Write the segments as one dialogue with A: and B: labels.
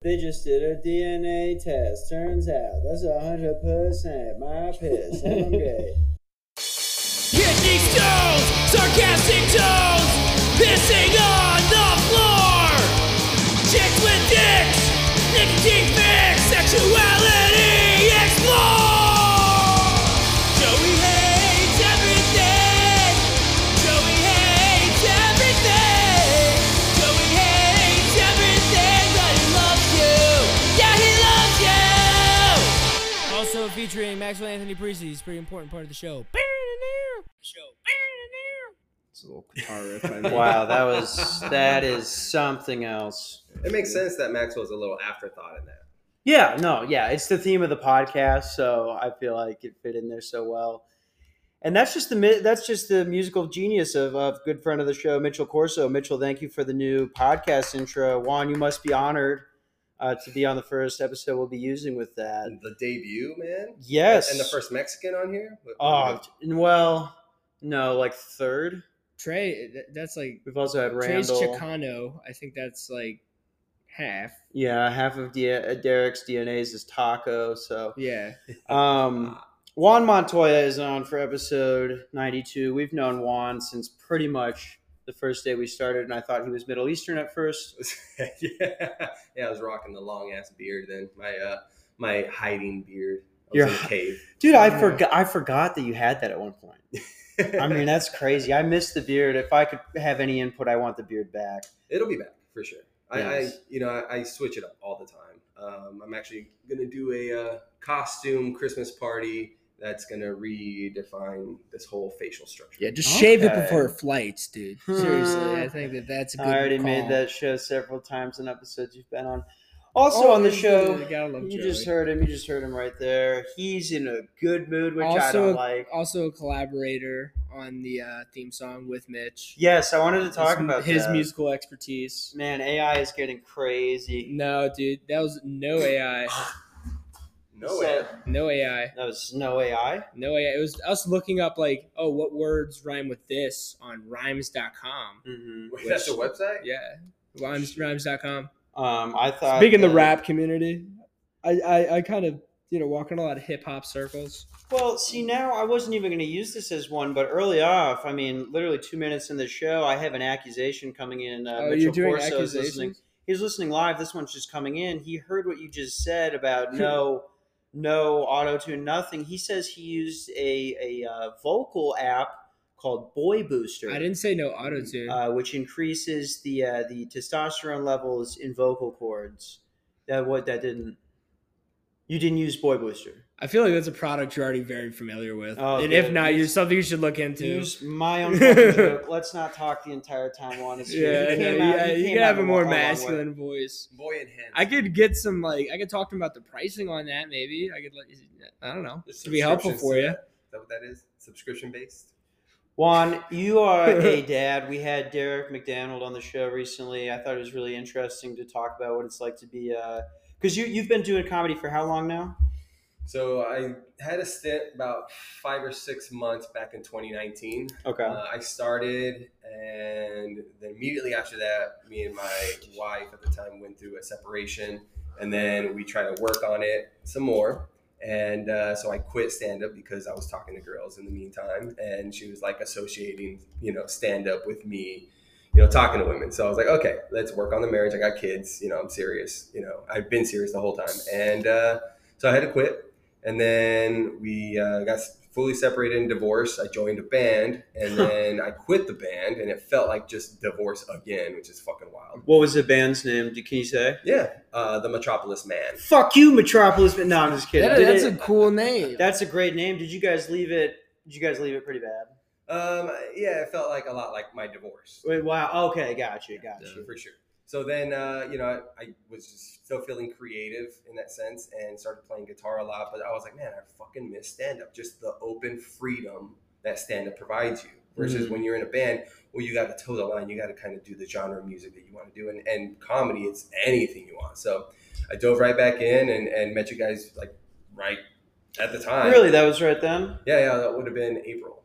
A: They just did a DNA test. Turns out that's a hundred percent my piss, and I'm gay.
B: Kidney stones, sarcastic tones, pissing on the floor. Chicks with dicks, nicotine fix, sexuality explore. Joey hates everything. Joey hates everything. Joey hates everything, but he loves you. Yeah, he loves you.
C: Also featuring Maxwell Anthony Priestley. He's a pretty important part of the show.
D: It's a little guitar riff. I made.
A: Wow, that was that is something else.
E: It makes sense that Maxwell's a little afterthought in that.
A: Yeah, no, yeah, it's the theme of the podcast, so I feel like it fit in there so well. And that's just the mi- that's just the musical genius of, of good friend of the show Mitchell Corso. Mitchell, thank you for the new podcast intro. Juan, you must be honored uh, to be on the first episode we'll be using with that.
E: The debut, man.
A: Yes,
E: And the first Mexican on here. What-
A: Oh, well, no, like third.
C: Trey, th- that's like
A: We've also had
C: Trey's
A: Randall.
C: Chicano. I think that's like half.
A: Yeah, half of D- uh, Derek's DNA's is taco. So
C: Yeah.
A: um, Juan Montoya is on for episode 92. We've known Juan since pretty much the first day we started, and I thought he was Middle Eastern at first.
E: yeah. yeah, I was rocking the long ass beard then. My uh my hiding beard. I was
A: Your
E: in a cave.
A: Dude, I
C: Yeah.
A: forgot I forgot that you had that at one point. I mean, that's crazy. I missed the beard. If I could have any input, I want the beard back.
E: It'll be back for sure. I, I
A: Yes.
E: you know I, I switch it up all the time. Um, I'm actually gonna do a uh, costume Christmas party that's gonna redefine this whole facial structure.
C: Yeah, just shave it
A: Okay.
C: before it flights, dude. Seriously, I think that that's a good
A: I already
C: call.
A: made that show several times in episodes you've been on. Also on the
C: dude,
A: show,
C: Oh, you gotta love
A: You
C: Joey.
A: just heard him. You just heard him right there. He's in a good mood, which I
C: Also-
A: don't like.
C: also a collaborator on the uh, theme song with Mitch.
A: Yes, I wanted to talk
C: his,
A: about
C: his
A: that.
C: musical expertise.
A: Man, AI is getting crazy.
C: No, dude, that was no AI,
E: No way.
C: no AI,
A: That was no AI.
C: no AI. It was us looking up like, oh, what words rhyme with this on rhymes.com.
A: Mm-hmm.
E: Wait, that's a website.
C: Yeah, rhymes rhymes.com.
A: Um, I thought
C: Big in the
A: that-
C: rap community. I I, I kind of you know walk in a lot of hip hop circles.
A: Well, see, now I wasn't even going to use this as one, but early off, I mean, literally two minutes in the show, I have an accusation coming in. Uh,
C: oh,
A: Mitchell
C: you're doing
A: Corso is listening.
C: accusations.
A: he's listening live. This one's just coming in. He heard what you just said about
C: Hmm.
A: no, no auto tune, nothing. He says he used a a uh, vocal app called Boy Booster,
C: I didn't say no auto tune.
A: uh, which increases the uh, the testosterone levels in vocal cords. That what that didn't. You didn't use Boy Booster.
C: I feel like that's a product you're already very familiar with,
A: Oh,
C: and
A: dude.
C: if not, you're something you should look into.
A: Use my own fucking joke. Let's not talk the entire time on it.
C: Yeah, no, yeah, you can have a more masculine voice.
E: Boy and hen.
C: I could get some like I could talk to him about the pricing on that. Maybe I could let you- I don't know
E: There's
C: to be helpful
E: subscriptions
C: for
E: to
C: you.
E: That. Is that what that is? Subscription based.
A: Juan, you are a dad. We had Derek McDonald on the show recently. I thought it was really interesting to talk about what it's like to be, because you you've been doing comedy for how long now?
E: So I had a stint about five or six months back in 2019.
A: Okay.
C: Uh-huh.
E: Uh, I started, and then immediately after that, me and my wife at the time went through a separation, and then we tried to work on it some more. And uh, so I quit stand up because I was talking to girls in the meantime, and she was like associating, you know, stand up with me, you know, talking to women. So I was like, okay, let's work on the marriage. I got kids, you know, I'm serious, you know, I've been serious the whole time, and uh, so I had to quit. And then we uh, got fully separated and divorced. I joined a band, and then I quit the band, and it felt like just divorce again, which is fucking wild.
A: What was the band's name? Do- Can you say?
E: Yeah, uh, the Metropolis Man.
A: Fuck you, Metropolis. But no, I'm just kidding.
C: That-
A: Did
C: that's
A: it-
C: a cool name.
A: that's a great name. Did you guys leave it? Did you guys leave it pretty bad?
E: Um, yeah, it felt like a lot like my divorce.
A: Wait, wow. Okay, got you, got you.
E: for sure. So then, uh, you know, I, I was just still feeling creative in that sense and started playing guitar a lot. But I was like, man, I fucking miss stand up. Just the open freedom that stand up provides you
D: Mm.
E: versus
A: Mhm.
E: when you're in a band, well, you got to toe the line. You got to kind of do the genre of music that you want to do. And, and comedy, it's anything you want. So I dove right back in and, and met you guys like right at the time.
A: Really, that was right then.
E: Yeah, yeah, that would have been April.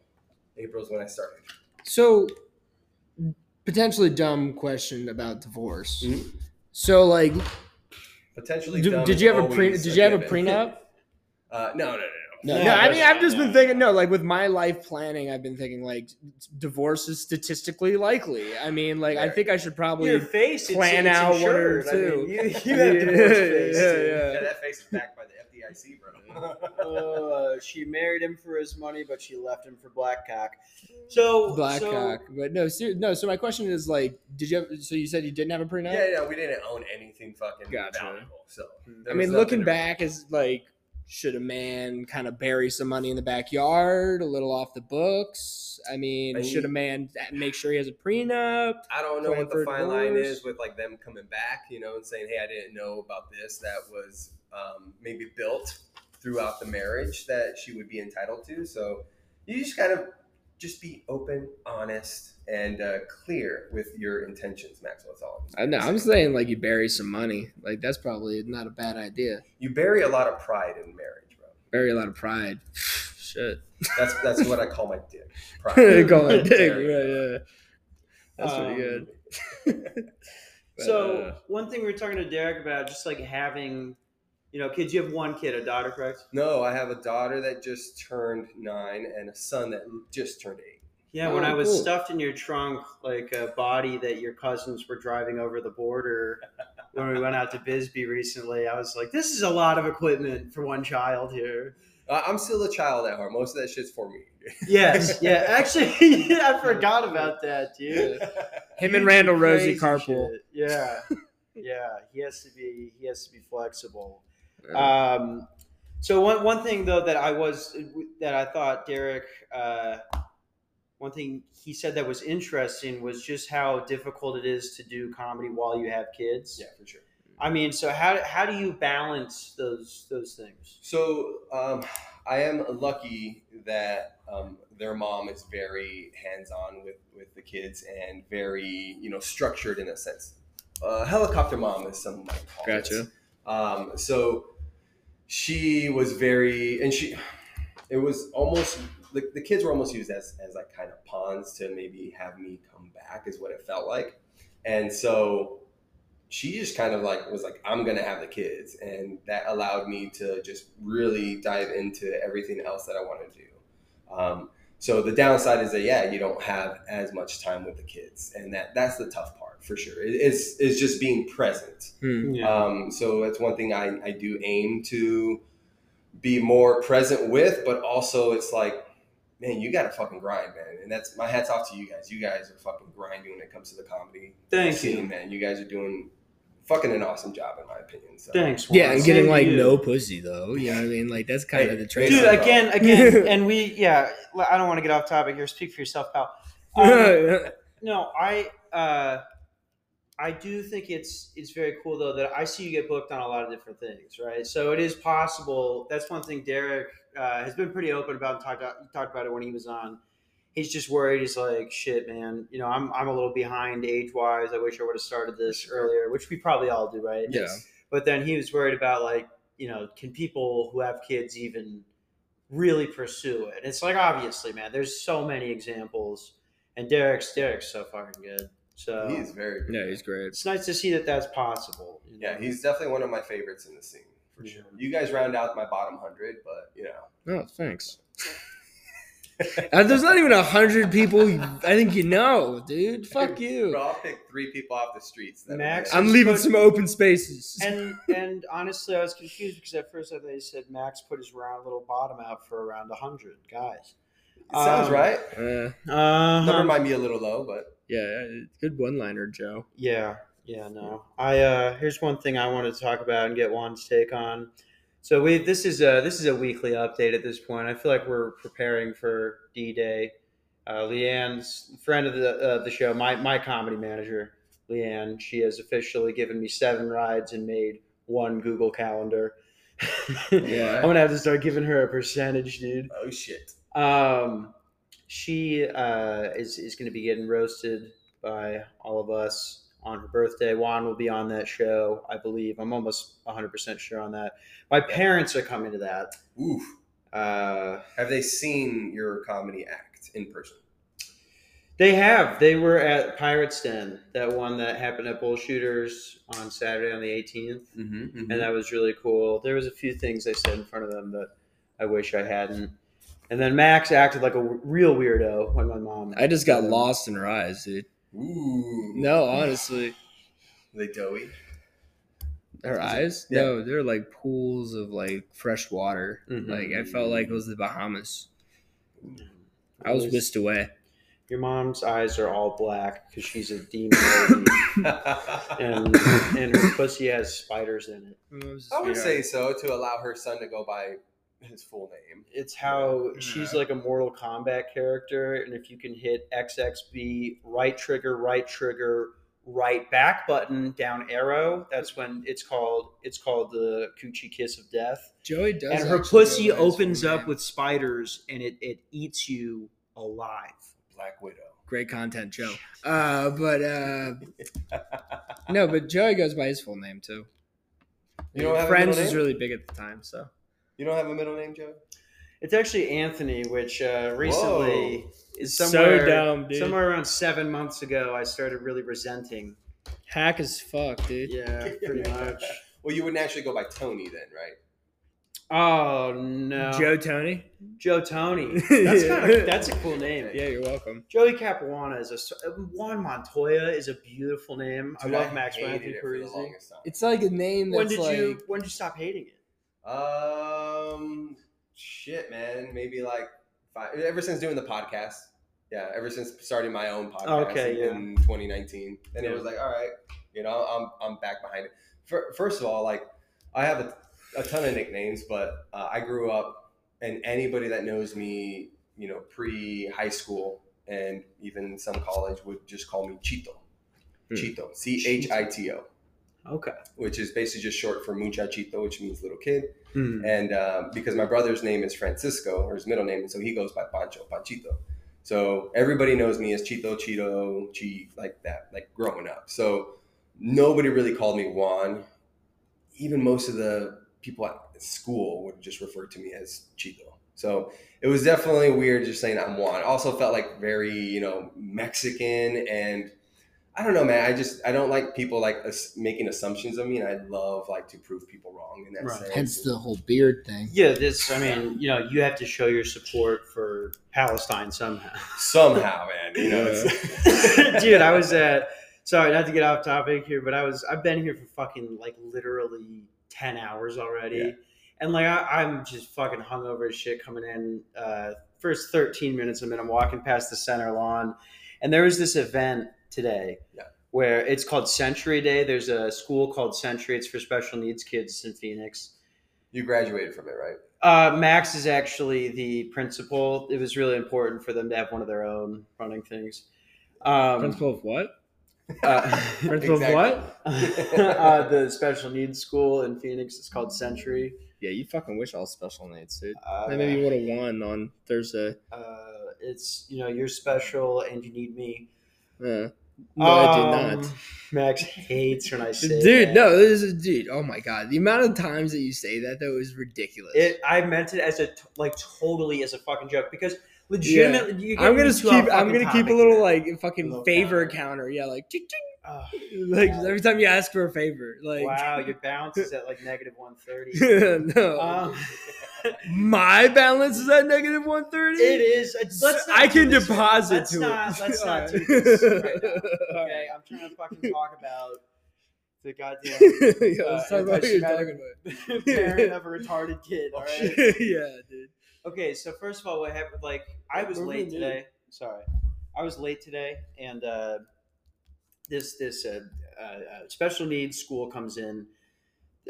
E: April's when I started.
C: So,
E: Mm-hmm.
C: potentially dumb question about divorce.
E: Mhm.
C: So, like,
E: potentially.
D: Did,
E: dumb
D: did
E: is
D: you have a pre?
E: always
D: Did you have a
E: given.
D: prenup?
E: Uh, no, no, no,
D: No,
E: no.
D: I mean I've just been thinking. No, like with my life planning, I've been thinking like divorce is statistically likely. I mean, like I think I should probably.
A: Your face it's-
D: plan
A: it's
D: out one or
A: insured. I mean,
D: two.
A: you, you have to watch face.
D: Yeah,
A: dude.
E: yeah,
D: yeah.
E: that face is backed by the FDIC, bro.
A: Uh, she married him for his money, but she left him for black cock. So
D: Black
A: so-
D: cock, but no, ser- no. So my question is like, did you? Have, so you said you didn't have a prenup.
E: yeah, yeah, we didn't own anything fucking
D: Gotcha. Hmm.
E: valuable. So
D: I
E: there was
D: mean,
E: nothing
D: looking
E: to-
D: back, is like, should a man kind of bury some money in the backyard, a little off the books? I mean,
E: I mean-
D: should a man make sure he has a prenup?
E: I don't know what
D: Cranford
E: the fine line
D: Brewers.
E: is with like them coming back, you know, and saying, "Hey, I didn't know about this. That was um, maybe built throughout the marriage that she would be entitled to." So you just kind of just be open, honest, and uh, clear with your intentions, Maxwell. That's all.
D: I know. I'm saying like you bury some money. Like that's probably not a bad idea.
E: you bury a lot of pride in marriage, bro.
D: Bury a lot of pride. Shit.
E: That's that's what I call my dick. Pride.
D: Call it dick.
E: There you go.
D: Yeah, yeah. That's
A: Um,
D: pretty good. Um, But,
A: So
D: uh,
A: one thing we were talking to Derek about, just like having, you know, kids. You have one kid, a daughter, correct?
E: No, I have a daughter that just turned nine and a son that just turned eight.
A: Yeah.
D: Oh,
A: when I was
D: cool.
A: stuffed in your trunk like a body that your cousins were driving over the border when we went out to Bisbee recently, I was like, this is a lot of equipment for one child here.
E: I- I'm still a child at heart. Most of that shit's for me.
A: Yes. Yeah. Actually, I forgot about that, dude.
D: him
A: You
D: and
A: do
D: Randall Rosie
A: crazy
D: carpool.
A: shit. Yeah, yeah. He has to be. He has to be flexible.
D: Uh,
A: Um, so one one thing though that I was that I thought Derek, uh, one thing he said that was interesting was just how difficult it is to do comedy while you have kids.
E: Yeah, for sure.
A: I mean, so how how do you balance those those things?
E: So um, I am lucky that um, their mom is very hands-on with, with the kids and very you know structured in a sense. Uh, helicopter mom is some might call it.
D: Gotcha.
E: Um, so she was very, and she, it was almost the, the kids were almost used as as like kind of pawns to maybe have me come back is what it felt like, and so she just kind of like was like I'm gonna have the kids, and that allowed me to just really dive into everything else that I want to do. Um, so the downside is that yeah, you don't have as much time with the kids, and that that's the tough part for sure. It- it's it's just being present.
D: hmm.
E: Um, so that's one thing I, I do aim to be more present with, but also it's like, man, you gotta fucking grind, man. And that's my hats off to you guys. You guys are fucking grinding when it comes to the comedy
A: Thank
E: scene,
A: you.
E: man. You guys are doing fucking an awesome job, in my opinion. So
A: Thanks.
D: Yeah,
A: Juan.
D: and getting
A: Same
D: like
A: to you.
D: no pussy though. You know what I mean? Like that's kind
E: Hey,
D: of the trade.
E: dude,
A: Dude,
E: I-
A: again, again, and we, yeah, I don't want to get off topic here. Speak for yourself, pal. Um, No, I uh, I do think it's it's very cool though that I see you get booked on a lot of different things, right? So it is possible. That's one thing Derek uh, has been pretty open about and talked about, talked about it when he was on. He's just worried. He's like, "Shit, man. You know, I'm I'm a little behind age wise. I wish I would have started this earlier, which we probably all do, right?
D: yeah.
A: But then he was worried about like, you know, can people who have kids even really pursue it? And it's like obviously, man, there's so many examples. And Derek's Derek's so fucking good. So
E: he's very good.
D: No, he's great.
A: it's nice to see that that's possible. you know?
E: Yeah, he's definitely one of my favorites in the scene. For sure. You guys round out my bottom hundred, but you know.
D: No, thanks. Uh, there's not even a hundred people I think you know, dude. Fuck
E: Bro,
D: you.
E: I'll pick three people off the streets. that'll be
A: Max-
E: it.
D: I'm leaving some open spaces.
A: And and honestly, I was confused because at first I thought he said Max put his round little bottom out for around hundred guys.
E: It sounds
A: um,
E: right.
D: Uh,
A: Uh,
E: Number might be a little low, but
D: yeah, uh, good one-liner, Joe.
A: Yeah, yeah, no. I uh here's one thing I wanted to talk about and get Juan's take on. So we this is a this is a weekly update at this point. I feel like we're preparing for D Day. Uh, Leanne's friend of the uh, the show, my my comedy manager, Leanne. She has officially given me seven rides and made one Google Calendar.
D: Yeah.
A: I'm gonna have to start giving her a percentage, dude.
E: oh shit.
A: Um, she uh, is is going to be getting roasted by all of us on her birthday. Juan will be on that show, I believe. I'm almost 100 percent sure on that. My parents are coming to that.
E: Oof.
A: Uh,
E: Have they seen your comedy act in person?
A: They have. They were at Pirate's Den, that one that happened at Bull Shooters on Saturday on the 18th,
E: Mm-hmm,
A: and that was really cool. There was a few things I said in front of them that I wish I hadn't. And then Max acted like a w- real weirdo when my mom.
D: I just got lost in her eyes, dude.
E: Ooh.
D: No, honestly,
E: They doughy.
D: her eyes.
E: Yeah.
D: No, they're like pools of like fresh water.
A: Mhm.
D: Like I felt like it was the Bahamas. I was whisked away.
A: Your mom's eyes are all black because she's a demon lady, and and her pussy has spiders in it.
E: I would say so to allow her son to go by his full name.
A: It's how she's like a Mortal Kombat character, and if you can hit XXB right trigger, right trigger, right back button, down arrow, that's when it's called it's called the coochie kiss of death.
D: Joey does.
A: and her pussy opens up with spiders, and it it eats you alive.
E: Black Widow.
D: great content, Joe. Uh, but uh, no, but Joey goes by his full name too.
E: You don't have a
D: Friends
E: middle
D: was
E: name?
D: really big at the time, so
E: You don't have a middle name, Joe?
A: It's actually Anthony, which uh, recently
E: Whoa.
A: is somewhere
C: so dumb, dude.
A: Somewhere around seven months ago, I started really resenting.
D: hack as fuck, dude.
A: Yeah, pretty much.
E: Well, you wouldn't actually go by Tony then, right?
A: Oh no, Joe,
D: Joe Tony.
A: Tony. That's kind
D: Yeah.
A: of that's a cool name.
D: Yeah, you're welcome.
A: Joey Capuana is a s- uh, Juan Montoya is a beautiful name.
E: Dude,
A: I love Max
E: hated
A: Matthew
E: it for the
A: Parisi.
E: longest time.
D: It's like a name that's
A: When did
D: like
A: you when did you stop hating it?
E: Um, shit, man. Maybe like five. Ever since doing the podcast, yeah. Ever since starting my own podcast
A: Okay, yeah.
E: in 2019, then
A: Yeah.
E: it was like, all right, you know, I'm I'm back behind it. Fir- First of all, like I have a, a ton of nicknames, but uh, I grew up, and anybody that knows me, you know, pre high school and even some college would just call me Chito.
D: Hmm.
E: Chito, C H I T O,
A: Okay.
E: which is basically just short for muchachito, which means little kid
A: Hmm.
E: and um, because my brother's name is Francisco or his middle name, and so he goes by Pancho, Panchito. So everybody knows me as Chito, Cheeto, Chi, like that, like growing up. So nobody really called me Juan. Even most of the people at school would just refer to me as Chito. So it was definitely weird just saying I'm Juan. Also felt like very, you know, Mexican and I don't know, man. I just I don't like people like ass- making assumptions of me, and I love like to prove people wrong in that
A: Right.
E: sense.
D: hence the whole beard thing.
A: Yeah, this. I mean, you know, you have to show your support for Palestine somehow.
E: somehow, man. You know, it's,
A: dude i was at sorry not to get off topic here but i was i've been here for fucking like literally 10 hours already
E: Yeah.
A: and like I, i'm just fucking hungover as shit coming in uh first 13 minutes i'm in i'm walking past the center lawn and there was this event today
E: Yeah.
A: where it's called century day there's a school called century it's for special needs kids in phoenix
E: you graduated from it, right?
A: uh, Max is actually the principal. It was really important for them to have one of their own running things. Um,
D: Principal of what?
A: uh,
D: Principal
E: Exactly.
D: of what?
A: uh, the special needs school in Phoenix is called Century.
D: Yeah, you fucking wish I was special needs, dude.
A: Uh,
D: Then maybe you would have won on Thursday.
A: uh, it's you know you're special and you need me.
D: Uh, no, I did
A: Um,
D: not.
A: Max hates when I say,
D: Dude,
A: that.
D: no, this is dude. Oh my god, the amount of times that you say that though is ridiculous.
A: It, I meant it as a t- like totally as a fucking joke because legitimately, you get
D: I'm gonna
A: me
D: keep.
A: too off
D: I'm
A: fucking
D: gonna keep a
A: topic
D: little
A: here.
D: like fucking
A: Little
D: favor
A: counter.
D: counter. Yeah, like tick, tick,
A: Ugh,
D: like every time you ask for a favor, like
A: wow, your balance is at like negative one thirty.
D: no,
A: Um,
D: my balance is at negative one thirty.
A: it is. It's, let's not
D: I
A: do
D: can
A: this right-
D: deposit
A: let's
D: to
A: not,
D: it.
A: Let's not do
D: Alright.
A: this right now. Okay,
D: Alright.
A: I'm trying to fucking talk about the goddamn
D: yeah,
A: Uh,
D: let's talk about what you're
A: anti-Semitic-
D: talking
A: parent of a retarded kid. All right.
D: about. yeah, dude.
A: Okay, so first of all, what happened? Like, I was
C: What do we
A: late
C: need?
A: today. Sorry, I was late today, and uh, this this uh, uh, uh, special needs school comes in.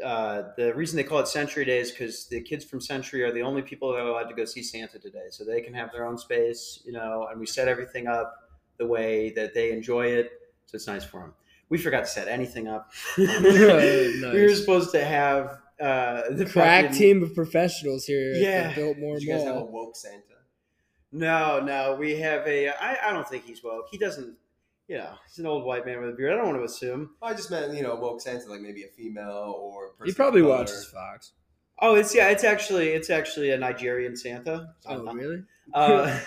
A: Uh, the reason they call it Century Day is because the kids from Century are the only people that are allowed to go see Santa today, so they can have their own space, you know. And we set everything up the way that they enjoy it, so it's nice for them. We forgot to set anything up. We were
D: Nice.
A: supposed to have uh, the
D: Crack
A: fucking-
D: team of professionals here
A: Yeah.
D: at the Biltmore
E: Did you guys have a
D: Mall.
E: woke Santa?
A: No, no, we have a. uh, I, I don't think he's woke. He doesn't. You know, he's an old white man with a beard. I don't want to assume.
E: Oh, I just meant you know woke Santa, like maybe a female or. a person
D: He
E: of
D: probably
E: color.
D: watches Fox.
A: Oh, it's yeah. It's actually it's actually a Nigerian Santa.
D: Oh, really?
A: Uh,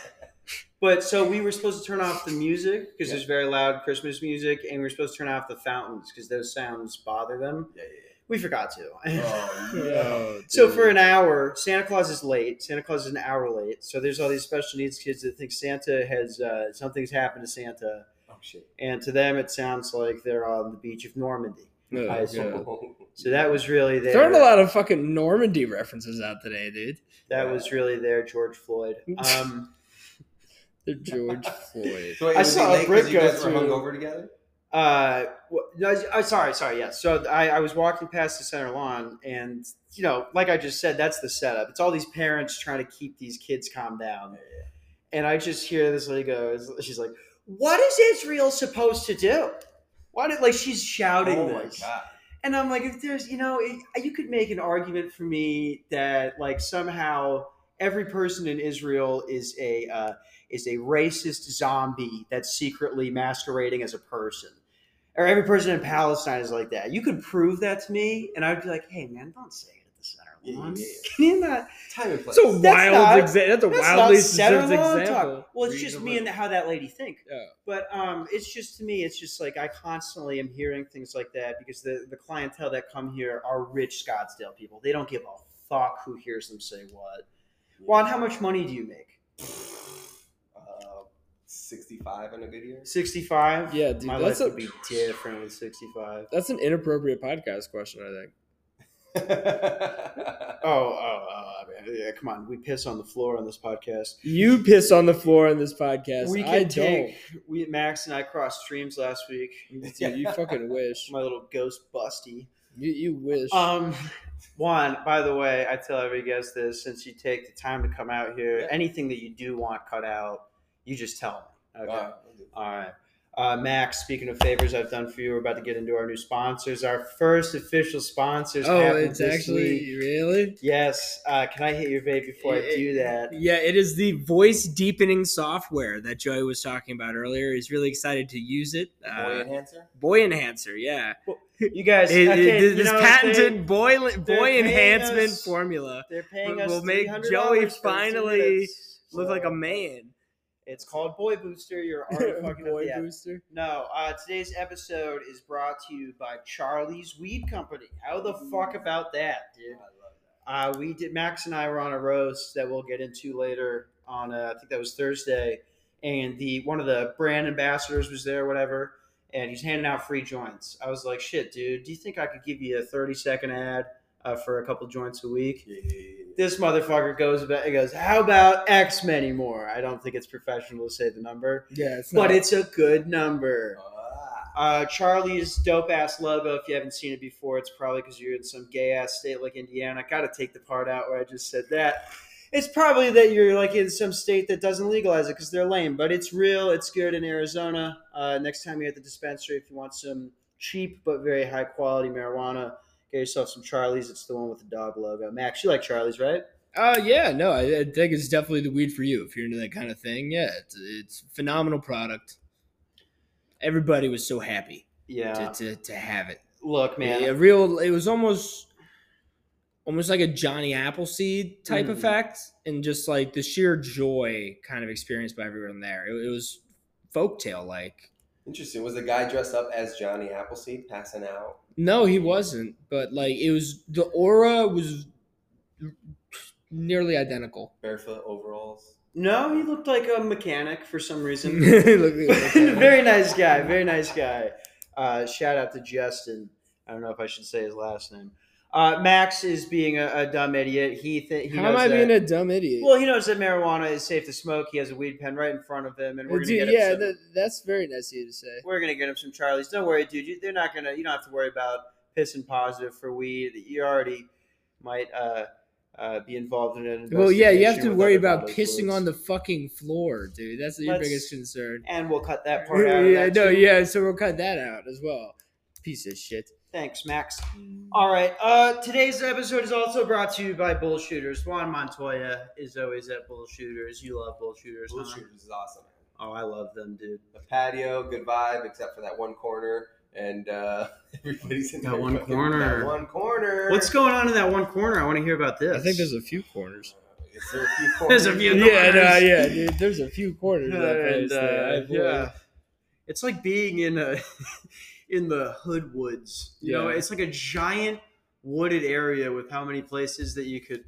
A: But so we were supposed to turn off the music because there's very loud Christmas music, and we were supposed to turn off the fountains because those sounds bother them.
E: Yeah,
A: We forgot to.
E: yeah, yeah. Oh,
C: No,
A: So for an hour, Santa Claus is late. Santa Claus is an hour late. So there's all these special needs kids that think Santa has uh, something's happened to Santa,
E: oh shit.
A: and to them it sounds like they're on the beach of Normandy.
C: dude.
A: I
C: Oh,
A: assume.
C: God.
A: So that was really their
D: Throwing a lot of fucking Normandy references out today, dude.
A: that was really their George Floyd. Um,
D: The George Floyd.
E: So wait,
A: I
E: was
A: saw
E: it
A: a
E: late 'cause
A: brick
E: you
A: go
E: guys
A: through-
E: were hungover together.
A: uh, wh- no, I- I- sorry, sorry. Yes. So I, I was walking past the center lawn, and you know, like I just said, that's the setup. It's all these parents trying to keep these kids calm down, and I just hear this lady goes, she's like, "What is Israel supposed to do?" Why did like she's shouting
E: Oh my
A: this?
E: god.
A: And I'm like, if there's, you know, it, uh, you could make an argument for me that like somehow every person in Israel is a uh, is a racist zombie that's secretly masquerading as a person, or every person in Palestine is like that. You could prove that to me, and I'd be like, hey man, don't say it at the center.
E: Yeah,
A: lawn.
E: yeah,
A: Can you not?
E: Time and place.
C: That's a wild
A: That's not-
C: exa- That's a
A: That's
C: wildly
A: not center
C: specific
A: lawn
C: example.
A: talk. Well, it's
E: Read
A: just
E: the
A: me
E: room.
A: and how that lady think.
D: Yeah.
A: But um, it's just to me, it's just like I constantly am hearing things like that because the, the clientele that come here are rich Scottsdale people. They don't give a fuck who hears them say what. Juan, how much money do you make?
E: Uh, Sixty-five in a good year.
A: Sixty five.
D: Yeah, dude,
A: my life
D: that's a-
A: would be different with sixty five.
D: That's an inappropriate podcast question, I think.
A: Oh, oh, oh! I mean, yeah, come on, we piss on the floor on this podcast.
D: You piss on the floor in this podcast.
A: we
D: I
A: can take. We Max and I crossed streams last week.
D: don't. Dude, you fucking wish.
A: My little ghost busty.
D: You, you wish.
A: Um, Juan, by the way, I tell every guest this since you take the time to come out here, anything that you do want cut out, you just tell me. Okay.
E: Wow.
A: All right. Uh, Max, speaking of favors I've done for you, we're about to get into our new sponsors. Our first official sponsors.
D: oh,
A: happened
D: it's
A: this
D: actually
A: week.
D: really.
A: Yes. Uh, can I hit your vape before I
D: It-
A: do that?
D: Yeah, it is the voice deepening software that Joey was talking about earlier. He's really excited to use it.
E: Boy
D: Uh,
E: enhancer.
D: boy enhancer, yeah.
A: You guys,
D: It-
A: I
D: it-
A: can't- you
D: this
A: know,
D: patented boy
A: they're
D: boy
A: paying
D: enhancement
A: us-
D: formula
A: They, are paying us.
D: will make
A: $300
D: Joey
A: for the two
D: finally
A: minutes.
D: look like a
A: So,
D: man.
A: It's called Boy Booster. You're already fucking up the app.
D: booster.
A: No, uh, today's episode is brought to you by Charlie's Weed Company. How the fuck about that, dude? Uh, we did. Max and I were on a roast that we'll get into later. On uh, I think that was Thursday, and the one of the brand ambassadors was there, whatever, and he's handing out free joints. I was like, shit, dude, do you think I could give you a thirty second ad uh, for a couple joints a week?
E: Yeah, yeah, yeah, yeah.
A: this motherfucker goes about he goes, How about X many more? I don't think it's professional to say the number.
D: Yeah, it's
A: But it's a good number.
E: Ah.
A: Uh, Charlie's dope ass logo. If you haven't seen it before, it's probably because you're in some gay ass state like Indiana. Got to take the part out where I just said that. It's probably that you're like in some state that doesn't legalize it because they're lame. But it's real. It's good in Arizona. Uh, next time you're at the dispensary, if you want some cheap but very high quality marijuana, get yourself some Charlie's. It's the one with the dog logo. Max, you like Charlie's, right?
D: Uh, yeah, no, I, I think it's definitely the weed for you if you're into that kind of thing. Yeah, it's, it's a phenomenal product. Everybody was so happy
A: Yeah.
D: to, to, to have it.
A: Look, man.
D: a real. It was almost, almost like a Johnny Appleseed type
A: Mhm.
D: effect, and just like the sheer joy kind of experienced by everyone there. It, it was folktale like.
E: Interesting. Was the guy dressed up as Johnny Appleseed passing out?
D: No, he wasn't, but like it was. The aura was nearly identical.
E: Barefoot overalls.
A: No, he looked like a mechanic for some reason.
D: Very
A: very nice guy. Very nice guy. Uh, shout out to Justin. I don't know if I should say his last name. Uh, Max is being a, a dumb idiot. He th- he
D: How
A: knows
D: am I
A: that.
D: being a dumb idiot?
A: well, he knows that marijuana is safe to smoke. He has a weed pen right in front of him, and we're
D: Well,
A: gonna
D: Uh, dude,
A: get
D: yeah,
A: him some,
D: that, that's very nice of you to say.
A: we're gonna get him some Charlie's. Don't worry, dude. You, they're not gonna. You don't have to worry about pissing positive for weed. You already might uh, uh, be involved in an.
D: Well, yeah, you have
A: investigation
D: to
A: with
D: worry
A: other
D: about
A: public
D: pissing
A: works.
D: on the fucking floor, dude. That's your
A: Let's-
D: biggest concern.
A: And we'll cut that part out. of
D: yeah,
A: that,
D: no,
A: too.
D: yeah. So we'll cut that out as well. Piece of shit.
A: Thanks, Max. All right. Uh, today's episode is also brought to you by Bullshooters. Juan Montoya is always at Bullshooters. You love Bullshooters, huh?
E: Bullshooters is awesome. man.
A: Oh, I love them, dude.
E: The patio, good vibe, except for that one corner, and uh, everybody's in
A: That
E: there
A: one
E: fucking-
A: corner.
E: That one corner.
A: What's going on in that one corner? I want to hear about this.
D: I think there's a few corners.
E: Uh, Because there are a few corners.
A: There's a few
D: Yeah, no,
A: corners.
D: yeah, dude. There's a few corners of that
A: And,
D: place. that I
A: uh,
D: avoid.
A: yeah, it's like being in a in the hood woods. You know,
D: Yeah.
A: it's like a giant wooded area with how many places that you could.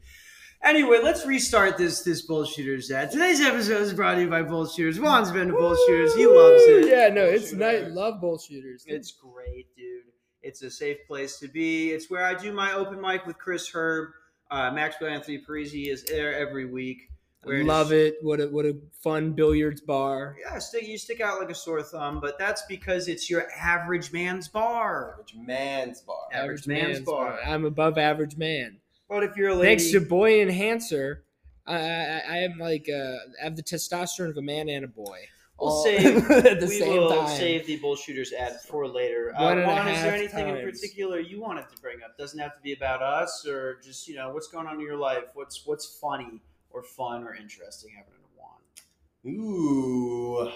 A: Anyway, let's restart this this bullshooters ad. Today's episode is brought to you by bullshooters. Juan's been to bullshooters. He loves
D: Woo!
A: it.
D: Yeah, no, it's
E: Bullshooters.
D: night. Love bull shooters.
A: It's great, dude. It's a safe place to be. It's where I do my open mic with Chris Herb. Uh, Maxwell Anthony Parisi is there every week. Where
D: Love it. What a what a fun billiards bar.
A: Yeah, stick, you stick out like a sore thumb, but that's because it's your average man's bar.
E: Average man's bar.
A: Yeah. Average man's bar.
D: I'm above average man.
A: But if you're a lady,
D: Thanks to Boy Enhancer, I I, I am like uh, I have the testosterone of a man and a boy.
A: We'll
D: All
A: save-
D: at the
A: we
D: same
A: will
D: time.
A: save the bullshooters ad for later.
D: One
A: uh,
D: and a
A: Juan, is there
D: half
A: anything in
D: times.
A: particular you wanted to bring up? Doesn't have to be about us, or just you know what's going on in your life. What's what's funny or fun or interesting happening to Juan?
E: Ooh.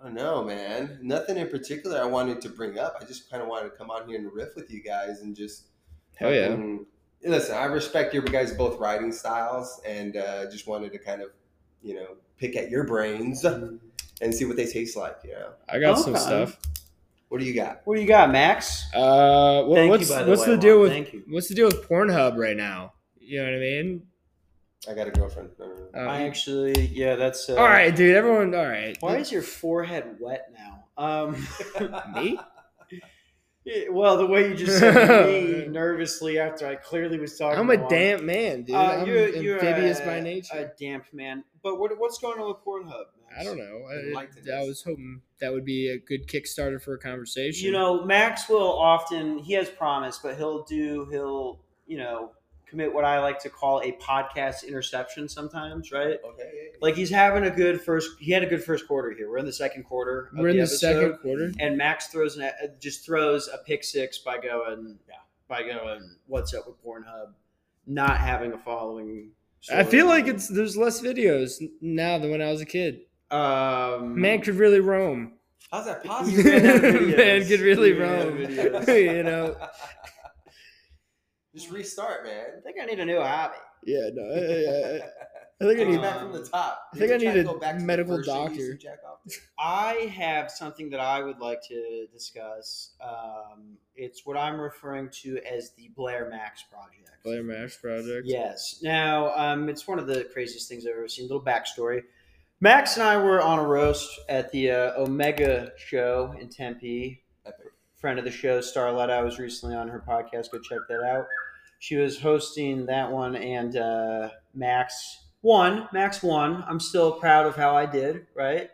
E: I don't know, man. Nothing in particular I wanted to bring up. I just kind of wanted to come on here and riff with you guys and just.
D: Hell yeah.
E: fucking- Listen, I respect your guys both writing styles and uh, just wanted to kind of, you know, pick at your brains and see what they taste like, you know.
D: I
A: got some Okay. stuff.
E: What do you got?
A: What do you got, Max?
D: Uh, well,
A: Thank
D: what's
A: you, by the
D: what's
A: way,
D: the deal
A: Juan.
D: with
A: Thank you.
D: what's the deal with Pornhub right now? You know what I mean?
E: I got a girlfriend. No, no, no.
D: Um,
A: I actually, yeah, that's uh,
D: all right, dude. Everyone, all right.
A: Why is your forehead wet now? Um,
D: me?
A: Yeah, Well, the way you just said me nervously after I clearly was talking.
D: I'm a
A: to Juan.
D: damp man, dude.
A: Uh,
D: I'm
A: you're, you're
D: amphibious
A: a-
D: by nature.
A: A damp man. But what, what's going on with Pornhub? Max?
D: I don't know.
E: I'd
D: I,
E: like to
D: I
E: just-
D: was hoping that would be a good Kickstarter for a conversation.
A: You know, Max will often he has promise, but he'll do he'll you know commit what I like to call a podcast interception sometimes, right?
D: Oh.
E: Okay. yeah, yeah.
A: Like he's having a good first. He had a good first quarter here. We're in the second quarter. of
D: we're in the
A: episode.
D: second quarter.
A: and Max throws an, uh, just throws a pick six by going by going what's up with Pornhub, not having a following.
D: I
A: story.
D: feel like it's there's less videos n- now than when I was a kid.
A: um,
D: Man could really roam.
E: How's that
A: You
E: possible?
A: ran out of
D: Man
A: videos.
D: could really
A: You ran out of
D: roam.
A: videos.
D: you know.
E: Just restart,
A: I
E: man.
A: think I need a new hobby.
D: Yeah, no. I, I- I
E: Take
D: think I
E: it
D: need.
E: back from the top.
D: I think
E: Did
D: I
E: you try
D: need
E: to
D: a
E: go back to the
D: medical
E: first thing you used
D: doctor.
E: to jack off to?
A: I have something that I would like to discuss. Um, it's what I'm referring to as the Blair Max project.
D: Blair Mash Project.
A: Yes. Now, um, it's one of the craziest things I've ever seen. Little backstory. Max and I were on a roast at the uh, Omega show in Tempe.
E: Epic.
A: Friend of the show, Starletta. I was recently on her podcast. Go check that out. She was hosting that one, and uh, Max won. Max won. I'm still proud of how I did, right?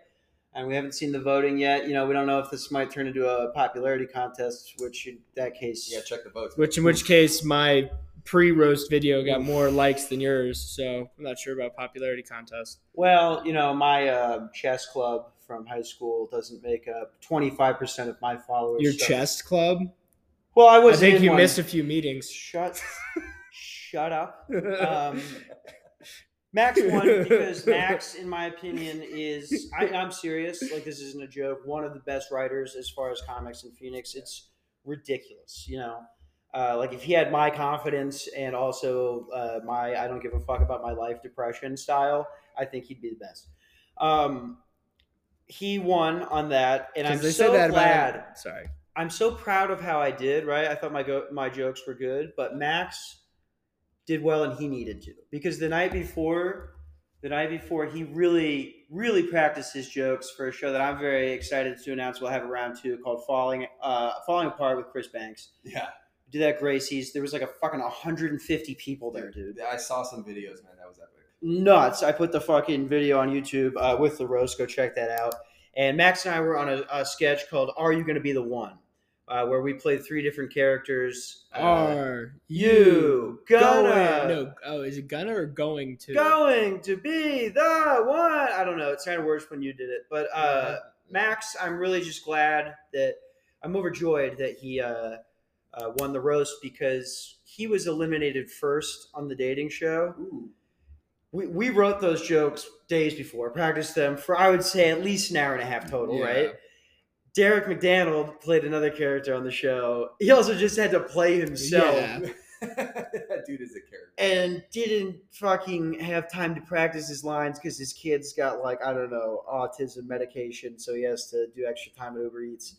A: And we haven't seen the voting yet. You know, we don't know if this might turn into a popularity contest, which in that case,
E: You gotta check the votes.
D: Which, in which case, my pre-roast video got more likes than yours, so I'm not sure about popularity contest.
A: Well, you know, my uh, chess club from high school doesn't make up 25% of my followers.
D: Your
A: so-
D: chest club.
A: Well, I
D: I
A: was
D: think you
A: one.
D: missed a few meetings.
A: Shut, shut up. Um, Max won because Max, in my opinion, is I, I'm serious. Like this isn't a joke. One of the best writers as far as comics in Phoenix. It's ridiculous. You know, uh, like if he had my confidence and also uh, my I don't give a fuck about my life depression style, I think he'd be the best. Um, he won on that, and I'm
D: 'Cause they
A: so
D: said that
A: glad.
D: about. Sorry.
A: I'm so proud of how I did, right? I thought my go- my jokes were good, but Max did well and he needed to because the night before, the night before he really really practiced his jokes for a show that I'm very excited to announce. We'll have a round two called "Falling uh, Falling Apart" with Chris Banks.
E: Yeah,
A: Do that, Gracie's. There was like a fucking 150 people there, dude
E: I saw some videos, man. That was epic.
A: nuts. I put the fucking video on YouTube uh, with the roast. Go check that out. And Max and I were on a, a sketch called "Are You Going to Be the One," uh, where we played three different characters. Uh,
D: Are
A: you gonna-
D: going? No. Oh, is it gonna or going to?
A: going to be the one? I don't know. It sounded worse when you did it, but uh, Max, I'm really just glad that I'm overjoyed that he uh, uh, won the roast because he was eliminated first on the dating show.
E: Ooh.
A: we, we wrote those jokes days before, practiced them for I would say at least an hour and a half total,
D: Yeah.
A: right? Derek McDaniel played another character on the show. He also just had to play himself.
D: Yeah.
E: Dude, dude is a character.
A: and didn't fucking have time to practice his lines because his kid's got like I don't know autism medication, so he has to do extra time at Uber Eats.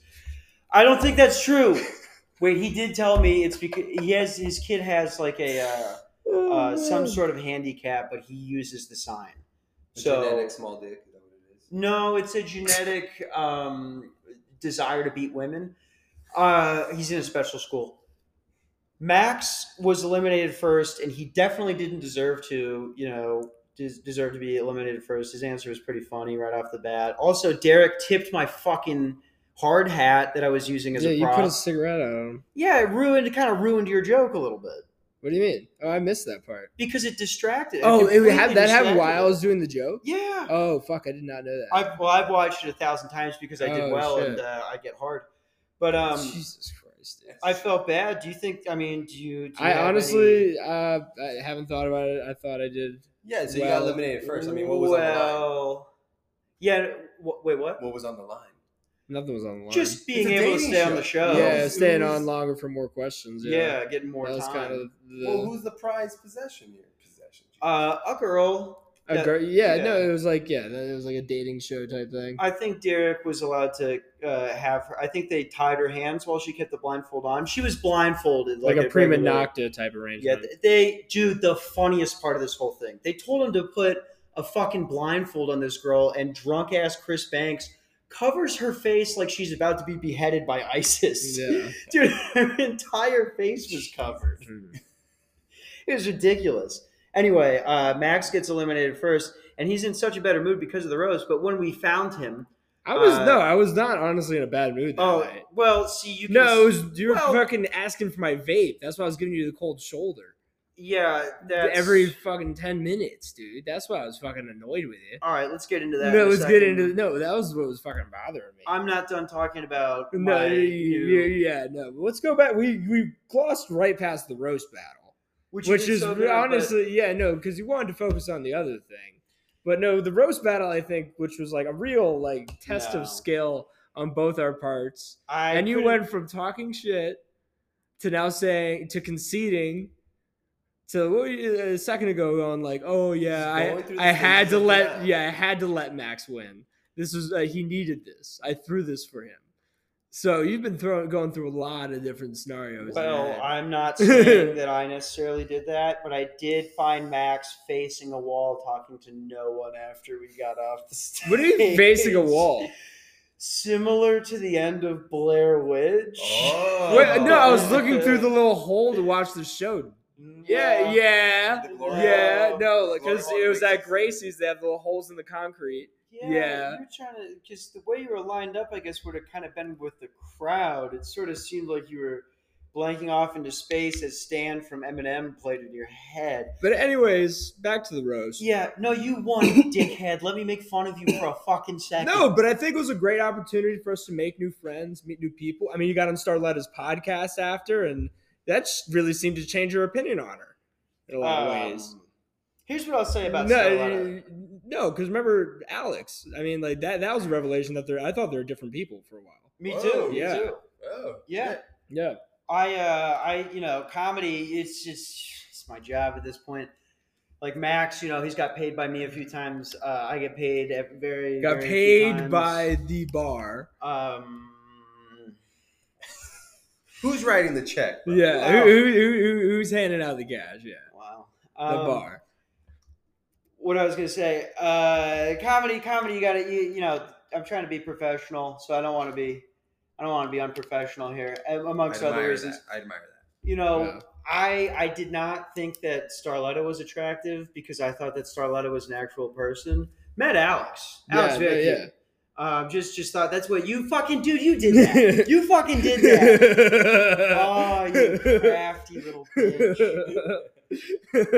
A: I don't think that's true. Wait, he did tell me it's because he has his kid has like a uh, uh, some sort of handicap, but he uses the sign.
E: A
A: So
E: genetic small dick. Is that what it is?
A: no, it's a genetic um, desire to beat women. Uh, he's in a special school. Max was eliminated first, and he definitely didn't deserve to, you know, des- deserve to be eliminated first. His answer was pretty funny right off the bat. Also, Derek tipped my fucking hard hat that I was using as
D: yeah,
A: a
D: you
A: prop.
D: put a cigarette on him.
A: yeah, it ruined, it kind of ruined your joke a little bit
D: What do you mean? Oh, I missed that part.
A: because it distracted.
D: Oh, it
A: completely
D: had that happened
A: distracted
D: while I
A: it.
D: was doing the joke.
A: Yeah.
D: Oh fuck, I did not know that.
A: I've, well, I've watched it a thousand times because I did
D: Oh,
A: well and
D: shit.
A: uh, I get hard. But um,
D: Jesus Christ. dude.
A: I felt bad. Do you think? I mean, do you? Do you
D: I
A: have
D: honestly, uh, I haven't thought about it. I thought I did.
E: Yeah, so you
D: Well,
E: got eliminated
A: any-
E: first. I mean, what was on the line?
A: well, yeah. W- wait, what?
E: What was on the line?
D: Nothing was on the line.
A: Just being
E: a
A: able to
E: dating
A: stay on the show.
E: show.
D: yeah,
E: it
D: staying
E: was-
D: on longer for more questions.
A: yeah,
D: Yeah,
A: getting more
D: that was
A: time.
D: kind of the
E: Well, who's the prize possession here? Possession.
A: uh, a girl.
D: a
A: that-
D: girl- yeah,
A: yeah.
D: no, it was like yeah, that- it was like a dating show type thing.
A: I think Derek was allowed to uh, have her. I think they tied her hands while she kept the blindfold on. She was blindfolded,
D: like,
A: like,
D: a prima
A: regular-
D: nocta type
A: Yeah,
D: arrangement.
A: th- they dude. The funniest part of this whole thing, they told him to put a fucking blindfold on this girl, and drunk ass Chris Banks covers her face like she's about to be beheaded by ISIS.
D: Yeah.
A: Dude, her entire face was covered. It was ridiculous. Anyway, uh, Max gets eliminated first, and he's in such a better mood because of the rose. But when we found him,
D: I was
A: Uh,
D: no, I was not honestly in a bad mood that
A: oh
D: night.
A: well, see you. Can
D: No, it was, you were
A: well-
D: fucking asking for my vape. That's why I was giving you the cold shoulder
A: yeah, that's,
D: every fucking ten minutes, dude. That's why I was fucking annoyed with you.
A: All right, let's get into that. in
D: No,
A: a
D: let's get
A: second.
D: into no. That was what was fucking bothering me.
A: I'm not done talking about
D: No,
A: my
D: yeah,
A: new-
D: yeah, yeah, no. but Let's go back. We we glossed right past the roast battle,
A: which,
D: which,
A: you did
D: is
A: so good, but-
D: honestly, yeah, no, because you wanted to focus on the other thing, but no, the roast battle, I think, which was like a real like test
A: No.
D: of skill on both our parts,
A: I
D: and you
A: couldn't-
D: went from talking shit to now saying to conceding. to what were you, a second ago, going like, "Oh yeah,
E: going through the
D: I, I had to
E: stages of
D: let
E: that.
D: yeah, I had to let Max win. This was uh, he needed this. I threw this for him." So you've been throwing going through a lot of different scenarios. in your
A: Well,
D: head.
A: I'm not saying that I necessarily did that, but I did find Max facing a wall, talking to no one after we got off the stage.
D: what do you mean facing a wall?
A: Similar to the end of Blair Witch.
E: Oh.
D: Wait, no, I was looking through the little hole to watch the show. Yeah, yeah,
E: The glory
D: yeah.
E: hole.
D: No,
E: The glory
D: because
E: hole
D: it was at
E: makes it-
D: Gracie's. They have the little holes in the concrete.
A: Yeah,
D: Yeah.
A: you were trying to because the way you were lined up, I guess, would have kind of been with the crowd. It sort of seemed like you were blanking off into space as Stan from Eminem played in your head.
D: But anyways, back to the roast.
A: Yeah, no, you won, dickhead. Let me make fun of you for a fucking second.
D: No, but I think it was a great opportunity for us to make new friends, meet new people. I mean, you got on Starletta's podcast after, and that sh- really seemed to change your opinion on her in a lot of
A: Um,
D: ways.
A: Here's what I'll say
D: No,
A: about Starletta.
D: uh, no, because remember Alex? I mean, like that—that was a revelation that they're. I thought they were different people for a while.
A: Me
E: Whoa,
A: too.
D: yeah.
A: Me too.
E: Oh,
A: Yeah.
D: Yeah,
A: I uh I you know, comedy it's just it's my job at this point. Like Max, you know, he's got paid by me a few times. Uh, I get paid at very
D: got
A: very few
D: paid
A: times.
D: by the bar.
A: um
E: Who's writing the check? bro?
D: Yeah,
A: Wow.
D: who, who, who, who's handing out the cash? Yeah,
A: wow.
D: the
A: Um,
D: bar.
A: What I was gonna say, uh, comedy, comedy. You gotta, you, you know, I'm trying to be professional, so I don't want to be, I don't want to be unprofessional here, am-
E: I
A: amongst other
E: admire
A: reasons.
E: that. I admire that.
A: you know,
D: Yeah.
A: I I did not think that Starletta was attractive because I thought that Starletta was an actual person. Met Alex. Alex
D: Yeah, no,
A: very
D: yeah.
A: cute. Um, just just thought that's what you fucking dude. You did that. you fucking did that. Oh, you crafty little bitch.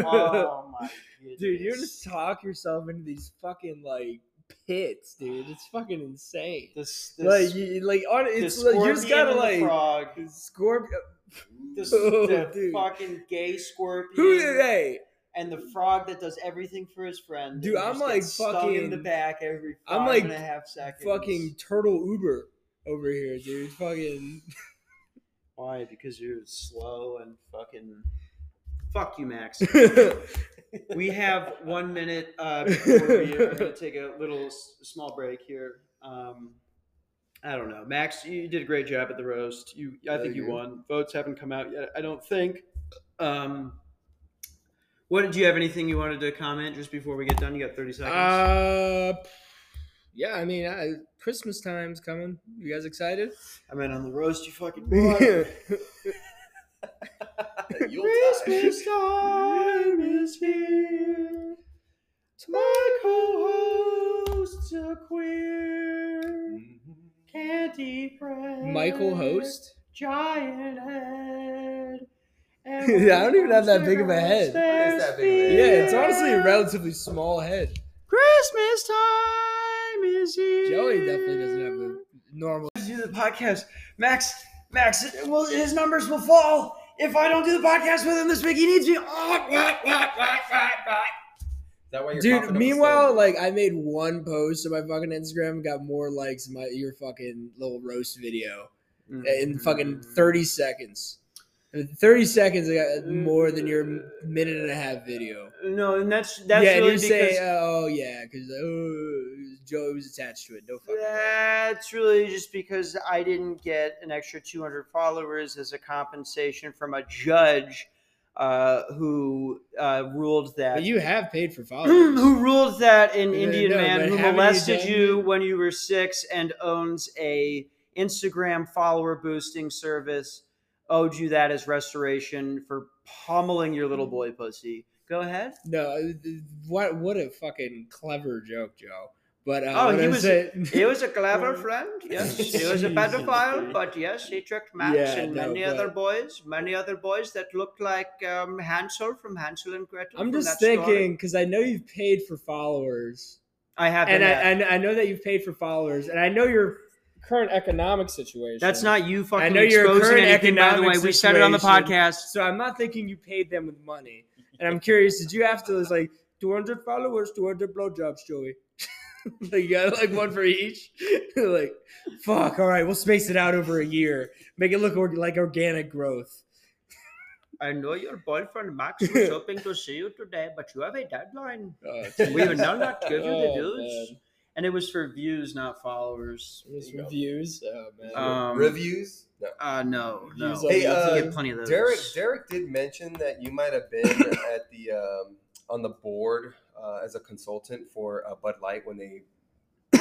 A: Oh my goodness.
D: Dude, you just talk yourself into these fucking like pits, dude. It's fucking insane.
A: this, this
D: Like, you, like on
A: the
D: it's like you just
A: scorpion
D: gotta
A: and the
D: like
A: frog.
D: scorpion.
A: This,
D: Oh,
A: the
D: dude.
A: fucking gay scorpion
D: Who hey?
A: and the frog that does everything for his friend.
D: Dude,
A: and
D: I'm,
A: just gets
D: like,
A: stung in the
D: fucking-
A: back every five
D: I'm, like,
A: and a half seconds.
D: Fucking turtle Uber over here, dude. Fucking
A: Why? Because you're slow and fucking Fuck you, Max.
D: That's
A: we have one minute uh, before we are going to take a little s- small break here. Um, I don't know, Max. You did a great job at the roast. You, I think you
E: Thank you.
A: won. Votes haven't come out yet. I don't think. Um, what did you have? Anything you wanted to comment just before we get done? You got thirty seconds.
D: Uh, yeah, I mean, I, Christmas time's coming. You guys excited?
A: I mean, on the roast, you fucking.
D: Yeah.
E: Yuletide.
A: time is here. To my co-hosts are queer. Candy friend.
D: Michael host.
A: Giant head.
D: Yeah, I don't even have that big of a head.
E: What is that big of a
D: Yeah, it's honestly a relatively small head.
A: Christmas time is here.
D: Joey definitely doesn't have a normal.
A: do the podcast. Max, Max, well, his numbers will fall if I don't do the podcast with him this week. He needs me. Oh, what, what, what, what, what.
E: Is that why you're coughing up
D: Dude,
E: a
D: meanwhile,
E: storm?
D: like I made one post on my fucking Instagram, got more likes than my your fucking little roast video in fucking thirty seconds. In thirty seconds, I got more than your minute and a half video.
A: No, and that's that's
D: yeah,
A: really
D: and
A: because
D: you say, "Oh yeah," because oh, Joey was attached to it. No fucking.
A: that's really just because I didn't get an extra 200 followers as a compensation from a judge uh, who uh, ruled that
D: But you have paid for followers.
A: who ruled that an
D: Yeah,
A: Indian
D: no,
A: man
D: but
A: who
D: haven't you
A: molested
D: done-
A: you when you were six and owns a Instagram follower boosting service owed you that as restoration for pummeling your
D: Hmm.
A: little boy pussy. Go ahead.
D: No, uh, what what a fucking clever joke, Joe. But uh,
A: Oh,
D: what
A: he
D: I
A: was-
D: say-
A: He was a clever friend. Yes, he was a pedophile, but yes, he tricked Max
D: Yeah,
A: and
D: no,
A: many
D: but-
A: other boys, many other boys that looked like um, Hansel from Hansel and Gretel.
D: I'm
A: from
D: just
A: that story.
D: thinking because I know you've paid for followers,
A: I haven't.
D: and I,
A: yet.
D: and I know that you've paid for followers, and I know your current economic situation.
A: That's not you fucking
D: I know your
A: exposing
D: current
A: anything. By the way,
D: economic
A: we said it on the
D: situation.
A: podcast.
D: So I'm not thinking you paid them with money, and I'm curious. Did you have to it's like 200 followers, 200 blowjobs, Joey? like you got like one for each. like fuck. All right, we'll space it out over a year, make it look or- like organic growth.
A: I know your boyfriend Max was hoping to see you today, but you have a deadline.
D: Oh,
A: We will not give you the
D: Oh,
A: dues.
D: man.
A: And it was for views, not followers.
D: There's reviews. Oh man.
A: Um,
E: reviews. No.
A: Uh, no, no.
D: Views
E: Hey,
A: You
E: uh,
A: get plenty of those.
E: Derek Derek did mention that you might have been at the um, on the board uh, as a consultant for uh, Bud Light when they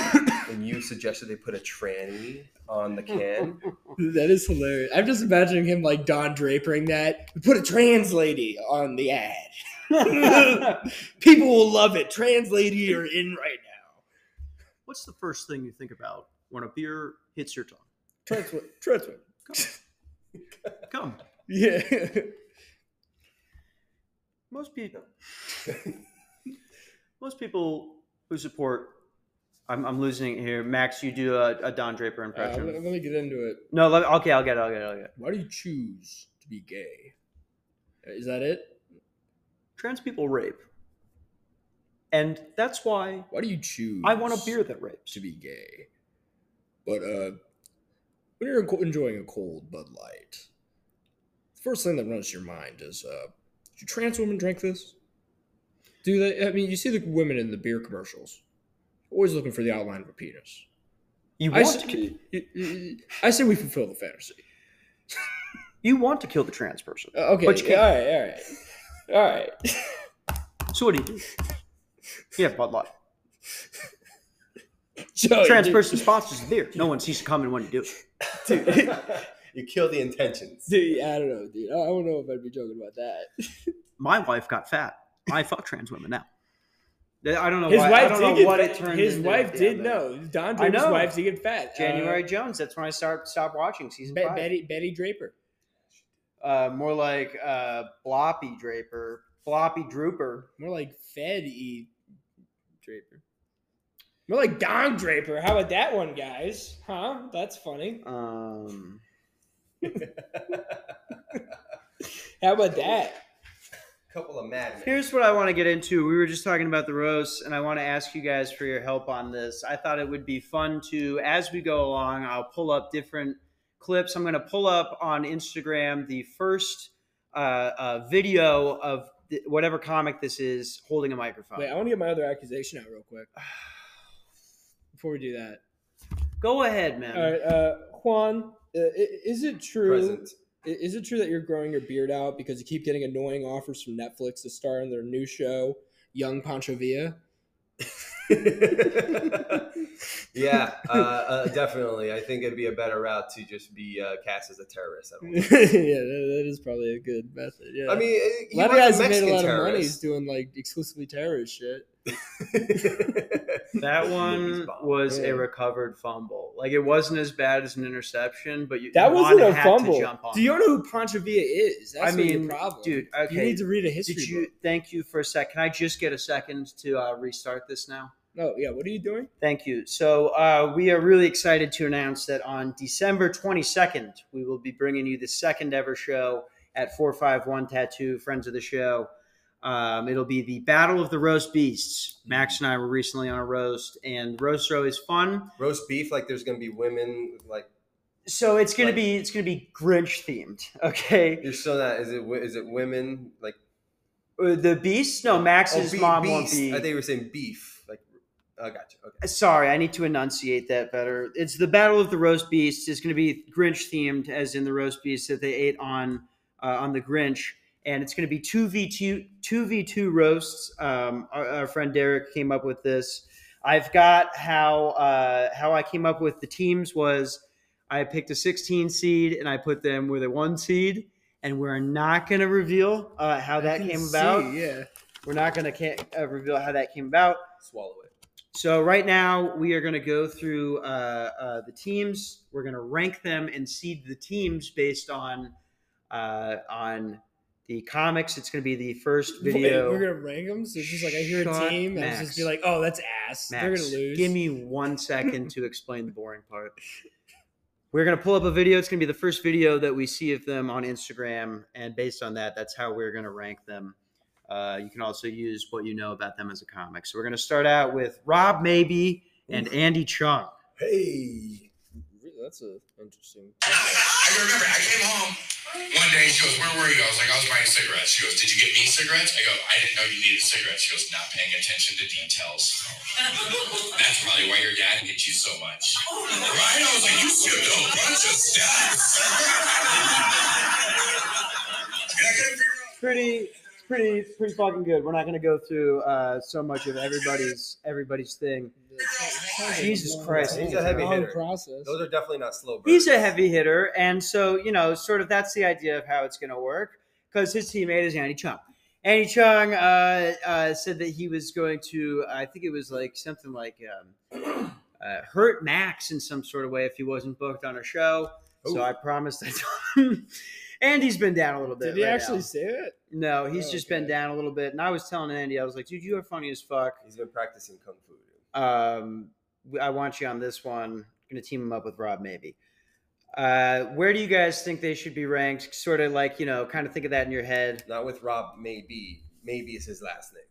E: when you suggested they put a tranny on the can.
D: That is hilarious. I'm just imagining him like Don Drapering that. Put a trans lady on the ad. People will love it. Trans lady, you're in right now.
A: What's the first thing you think about when a beer hits your tongue?
D: Trans, wo- trans. wo-
A: Come.
D: Yeah. Uh,
A: Most people. most people who support. I'm, I'm losing it here. Max, you do a, a Don Draper
D: Uh, let,
A: impression.
D: me- let me get into it.
A: no, let, okay, I'll get it. I'll get it. I'll get it.
D: Why do you choose to be gay? Is that it?
A: Trans people rape. And that's why
D: Why do you choose?
A: I want a beer that rapes.
D: to be gay, but uh, when you're enco- enjoying a cold Bud Light, the first thing that runs to your mind is, uh, do trans women drink this? Do they? I mean, you see the women in the beer commercials, always looking for the outline of a penis.
A: You
D: I
A: want,
D: s-
A: to, ki-
D: I say we fulfill the fantasy.
A: you want to kill the trans person.
D: Uh, okay,
A: But you can't.
D: all right, all right, all right.
A: So what do you do? Yeah, Bud Light.
D: Joey,
A: Trans
D: dude-
A: person sponsors the beer. No one sees it coming when you do it.
E: you kill the intentions.
D: Dude, I don't know, dude. I I don't know if I'd be joking about that.
A: My wife got fat. I fuck trans women now. I don't know.
D: His
A: why, I
D: wife
A: don't
D: did
A: know
D: get
A: what
D: fat.
A: it turned
D: His
A: into
D: wife
A: at the
D: did
A: end there.
D: know. Don
A: I
D: Draper's
A: know.
D: wife did get fat. Uh,
A: January Jones. That's when I start stopped watching season
D: Be-
A: five.
D: Betty Betty Draper.
A: Uh, more like uh, Bloppy Draper, Bloppy Drooper.
D: More like Fed E Draper. More like Don Draper. How about that one, guys? Huh? That's funny.
A: Um,
D: How about that?
E: couple of madmen.
A: Here's what I want to get into. We were just talking about the roast, and I want to ask you guys for your help on this. I thought it would be fun to, as we go along, I'll pull up different clips. I'm going to pull up on Instagram the first uh, a video of th- whatever comic this is holding a microphone.
D: Wait, I want to get my other accusation out real quick before we do that.
A: Go ahead, man.
D: All right, uh, Juan, uh, i- is it true?
E: Present.
D: i- Is it true that you're growing your beard out because you keep getting annoying offers from Netflix to star in their new show, Young Pancho Villa?
E: yeah, uh, uh, definitely. I think it'd be a better route to just be uh, cast as a terrorist. I,
D: yeah,
E: don't know.
D: that, that is probably a good method. Yeah.
E: I mean, eh,
D: a
E: he
D: lot of
E: was
D: guys
E: a
D: have made a
E: Mexican
D: lot of money
E: terrorist.
D: doing like exclusively terrorist shit.
A: That
E: Those
A: one
E: movies bomb.
A: was
D: Yeah.
A: a recovered fumble. Like it wasn't as bad as an interception, but you,
D: That
A: you
D: wasn't
A: wanna
D: a
A: have
D: fumble.
A: To jump on
D: Do you know who Pancho Villa is? That's
A: I
D: really
A: mean,
D: the problem,
A: dude. Okay.
D: You need to read a history.
A: Did you?
D: book.
A: Thank you for a sec. Can I just get a second to uh, restart this now?
D: Oh yeah. What are you doing?
A: Thank you. So uh, we are really excited to announce that on December 22nd, we will be bringing you the second ever show at 451 Tattoo, friends of the show. Um, it'll be the Battle of the Roast Beasts. Max and I were recently on a roast, and roasts are always fun.
E: Roast beef, like there's gonna be women, like
A: So it's gonna
E: Right.
A: be it's gonna be Grinch themed. Okay,
E: you're still not. Is it wi- is it women like oh,
A: Uh, the beasts. No, Max's
E: be-
A: mom won't
E: beast?
A: be.
E: I think you were saying beef. Like, I got you. Okay.
A: sorry, I need to enunciate that better. It's the Battle of the Roast Beasts. It's going to be Grinch themed, as in the roast beasts that they ate on uh, on the Grinch, and it's going to be two v two two v two roasts. Um, our, our friend Derek came up with this. I've got how uh, how I came up with the teams was I picked a 16 seed and I put them with a one seed, and we're not going to reveal uh, how that came about.
D: yeah.
A: We're not going to uh, reveal how that came about.
E: Swallow it.
A: So right now we are going to go through uh, uh, the teams. We're going to rank them and seed the teams based on uh, on the comics. It's going to be the first video.
D: We're gonna rank them. So it's just like I hear a
A: Shut
D: team and it's
A: Max.
D: just be like, oh, that's ass. They're
A: Max,
D: gonna lose.
A: give me one second to explain the boring part. We're going to pull up a video. It's going to be the first video that we see of them on Instagram, and based on that, that's how we're going to rank them. Uh, you can also use what you know about them as a comic. So we're going to start out with Rob Maybe and Andy Chung.
C: Hey.
D: That's a interesting.
F: I remember I came home one day. She goes, "Where were you?" I was like, "I was buying cigarettes." She goes, "Did you get me cigarettes?" I go, "I didn't know you needed cigarettes." She goes, "Not paying attention to details." That's probably why your dad hit you so much, right? I was like, "You skipped a bunch of steps." and I couldn't figure out.
A: pretty pretty pretty fucking good. We're not gonna go through uh, so much of everybody's everybody's thing. Jesus Christ.
E: He's a heavy hitter.
D: process.
E: Those are definitely not slow. Birds.
A: He's a heavy hitter, and so you know, sort of that's the idea of how it's gonna work because his teammate is Andy Chung. Andy Chung uh, uh, said that he was going to, I think it was like something like um, uh, hurt Max in some sort of way if he wasn't booked on a show. So
E: Ooh.
A: I promised I told him. and he's been down a little bit.
D: Did he
A: right
D: actually
A: now.
D: say it?
A: No, he's
D: Oh,
A: just been
D: okay.
A: down a little bit. And I was telling Andy, I was like, dude, you are funny as fuck.
E: He's been practicing kung fu.
A: Um, I want you on this one. Going to team him up with Rob, maybe. Uh, where do you guys think they should be ranked? Sort of like you know, kind of think of that in your head.
E: Not with Rob. Maybe. Maybe is his last name.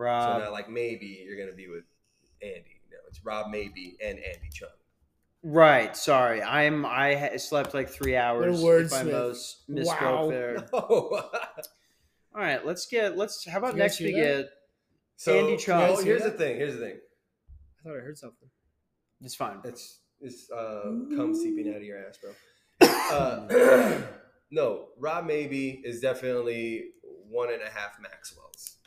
D: Um,
A: Rob,
E: so not like maybe you're gonna be with Andy. No, it's Rob. Maybe and Andy Chung.
A: right? Sorry, I'm I ha- slept like three hours. If I
D: wordsmith.
A: most misspoke
D: Wow.
A: there.
E: Oh.
A: All right, let's get let's. How about
D: You guys
A: next
D: see
A: we
D: that?
A: get?
E: so
A: Andy Chung.
E: Oh, here's the thing. Here's the thing.
D: I thought I heard something.
A: It's fine.
E: It's it's uh, cum seeping out of your ass, bro. Uh, no, Rob maybe is definitely one and a half Maxwell's.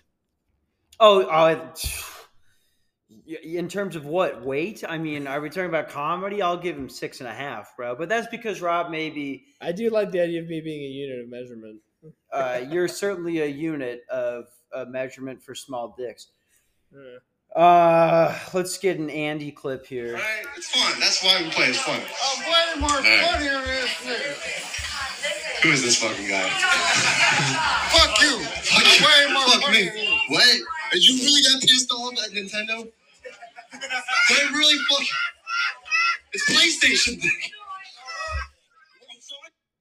A: Oh, uh, in terms of what weight? I mean, are we talking about comedy? I'll give him six and a half, bro. But that's because Rob, maybe
D: I do like the idea of me being a unit of measurement.
A: uh, you're certainly a unit of a measurement for small dicks.
D: Uh,
A: Uh, let's get an Andy clip here.
F: Right? It's fun. That's why we play. It's fun.
G: I'm way Oh, more funnier than this nigga.
F: Who is this fucking guy?
G: Fuck you.
F: Fuck,
G: I'm way
F: you.
G: more
F: Fuck
G: funnier than
F: me.
G: you.
F: What? Did you really got pissed off at Nintendo? They really fucking. It's PlayStation.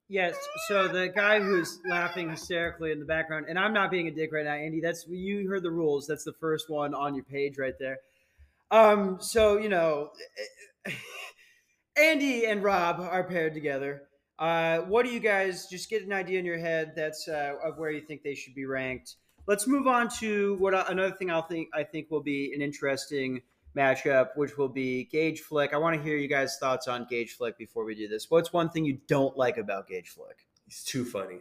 A: Yes. So the guy who's laughing hysterically in the background, and I'm not being a dick right now, Andy. That's you heard the rules. That's the first one on your page right there. Um. So you know, Andy and Rob are paired together. Uh, what do you guys just get an idea in your head that's uh, of where you think they should be ranked? Let's move on to what I- another thing I'll think I think will be an interesting matchup, which will be Gage Flick. I want to hear you guys' thoughts on Gage Flick before we do this. What's one thing you don't like about Gage Flick?
E: He's too funny.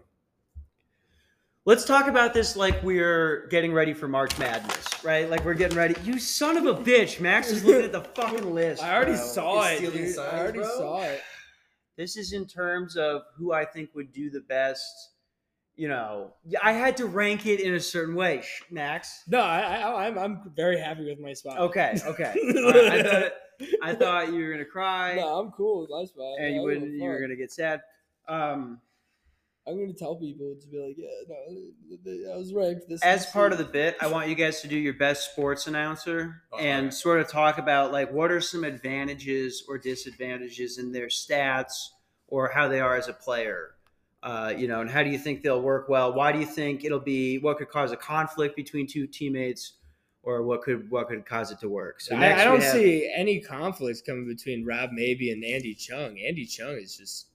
A: Let's talk about this like we're getting ready for March Madness, right? Like we're getting ready. You son of a bitch, Max is looking at the fucking list.
D: I already
A: bro.
D: saw
E: He's
D: it.
E: stealing
D: dude.
E: signs,
D: I already
E: bro.
D: saw it.
A: This is in terms of who I think would do the best. You know, Yeah, I had to rank it in a certain way, Shh, Max.
D: No, I, I, I'm, I'm very happy with my spot.
A: Okay, okay. All right, I, thought, I thought you were gonna cry
D: No, I'm cool with my spot.
A: and you
D: I don't give a
A: wouldn't. You were
D: fuck.
A: gonna get sad. Um,
D: I'm gonna tell people to be like, yeah, no, th- th- I was ranked this.
A: as
D: this
A: part of the
D: season."
A: bit, I want you guys to do your best sports announcer
E: Oh,
A: and
E: okay.
A: sort of talk about like what are some advantages or disadvantages in their stats or how they are as a player. Uh, you know, and how do you think they'll work well? Why do you think it'll be what could cause a conflict between two teammates, or what could what could cause it to work? So next
D: I, I
A: we
D: don't
A: have-
D: see any conflicts coming between Rob Maybe and Andy Chung. Andy Chung is just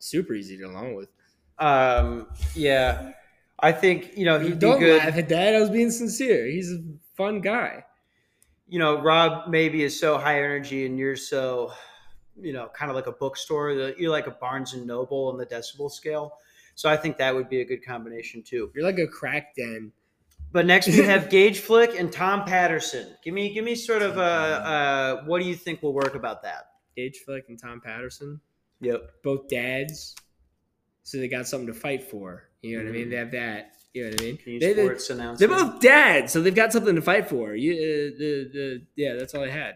D: super easy to get along with.
A: Um, yeah, I think you know he'd
D: Don't
A: be good.
D: laugh at that. I was being sincere. He's a fun guy.
A: you know, Rob maybe is so high energy and you're so, you know, kind of like a bookstore. that You're like a Barnes and Noble on the decibel scale. So I think that would be a good combination too.
D: You're like a crack den.
A: But next we have Gage Flick and Tom Patterson. Give me, give me sort of a, uh, what do you think will work about that?
D: Gage Flick and Tom Patterson,
A: Yep.
D: both dads, so they got something to fight for. You know what I mean?
A: Mhm.
D: They have that. You know what I mean?
A: Can you
D: They- they-
A: sports announcer?
D: They're both dads, so they've got something to fight for. You, uh, the, the, yeah, that's all I had.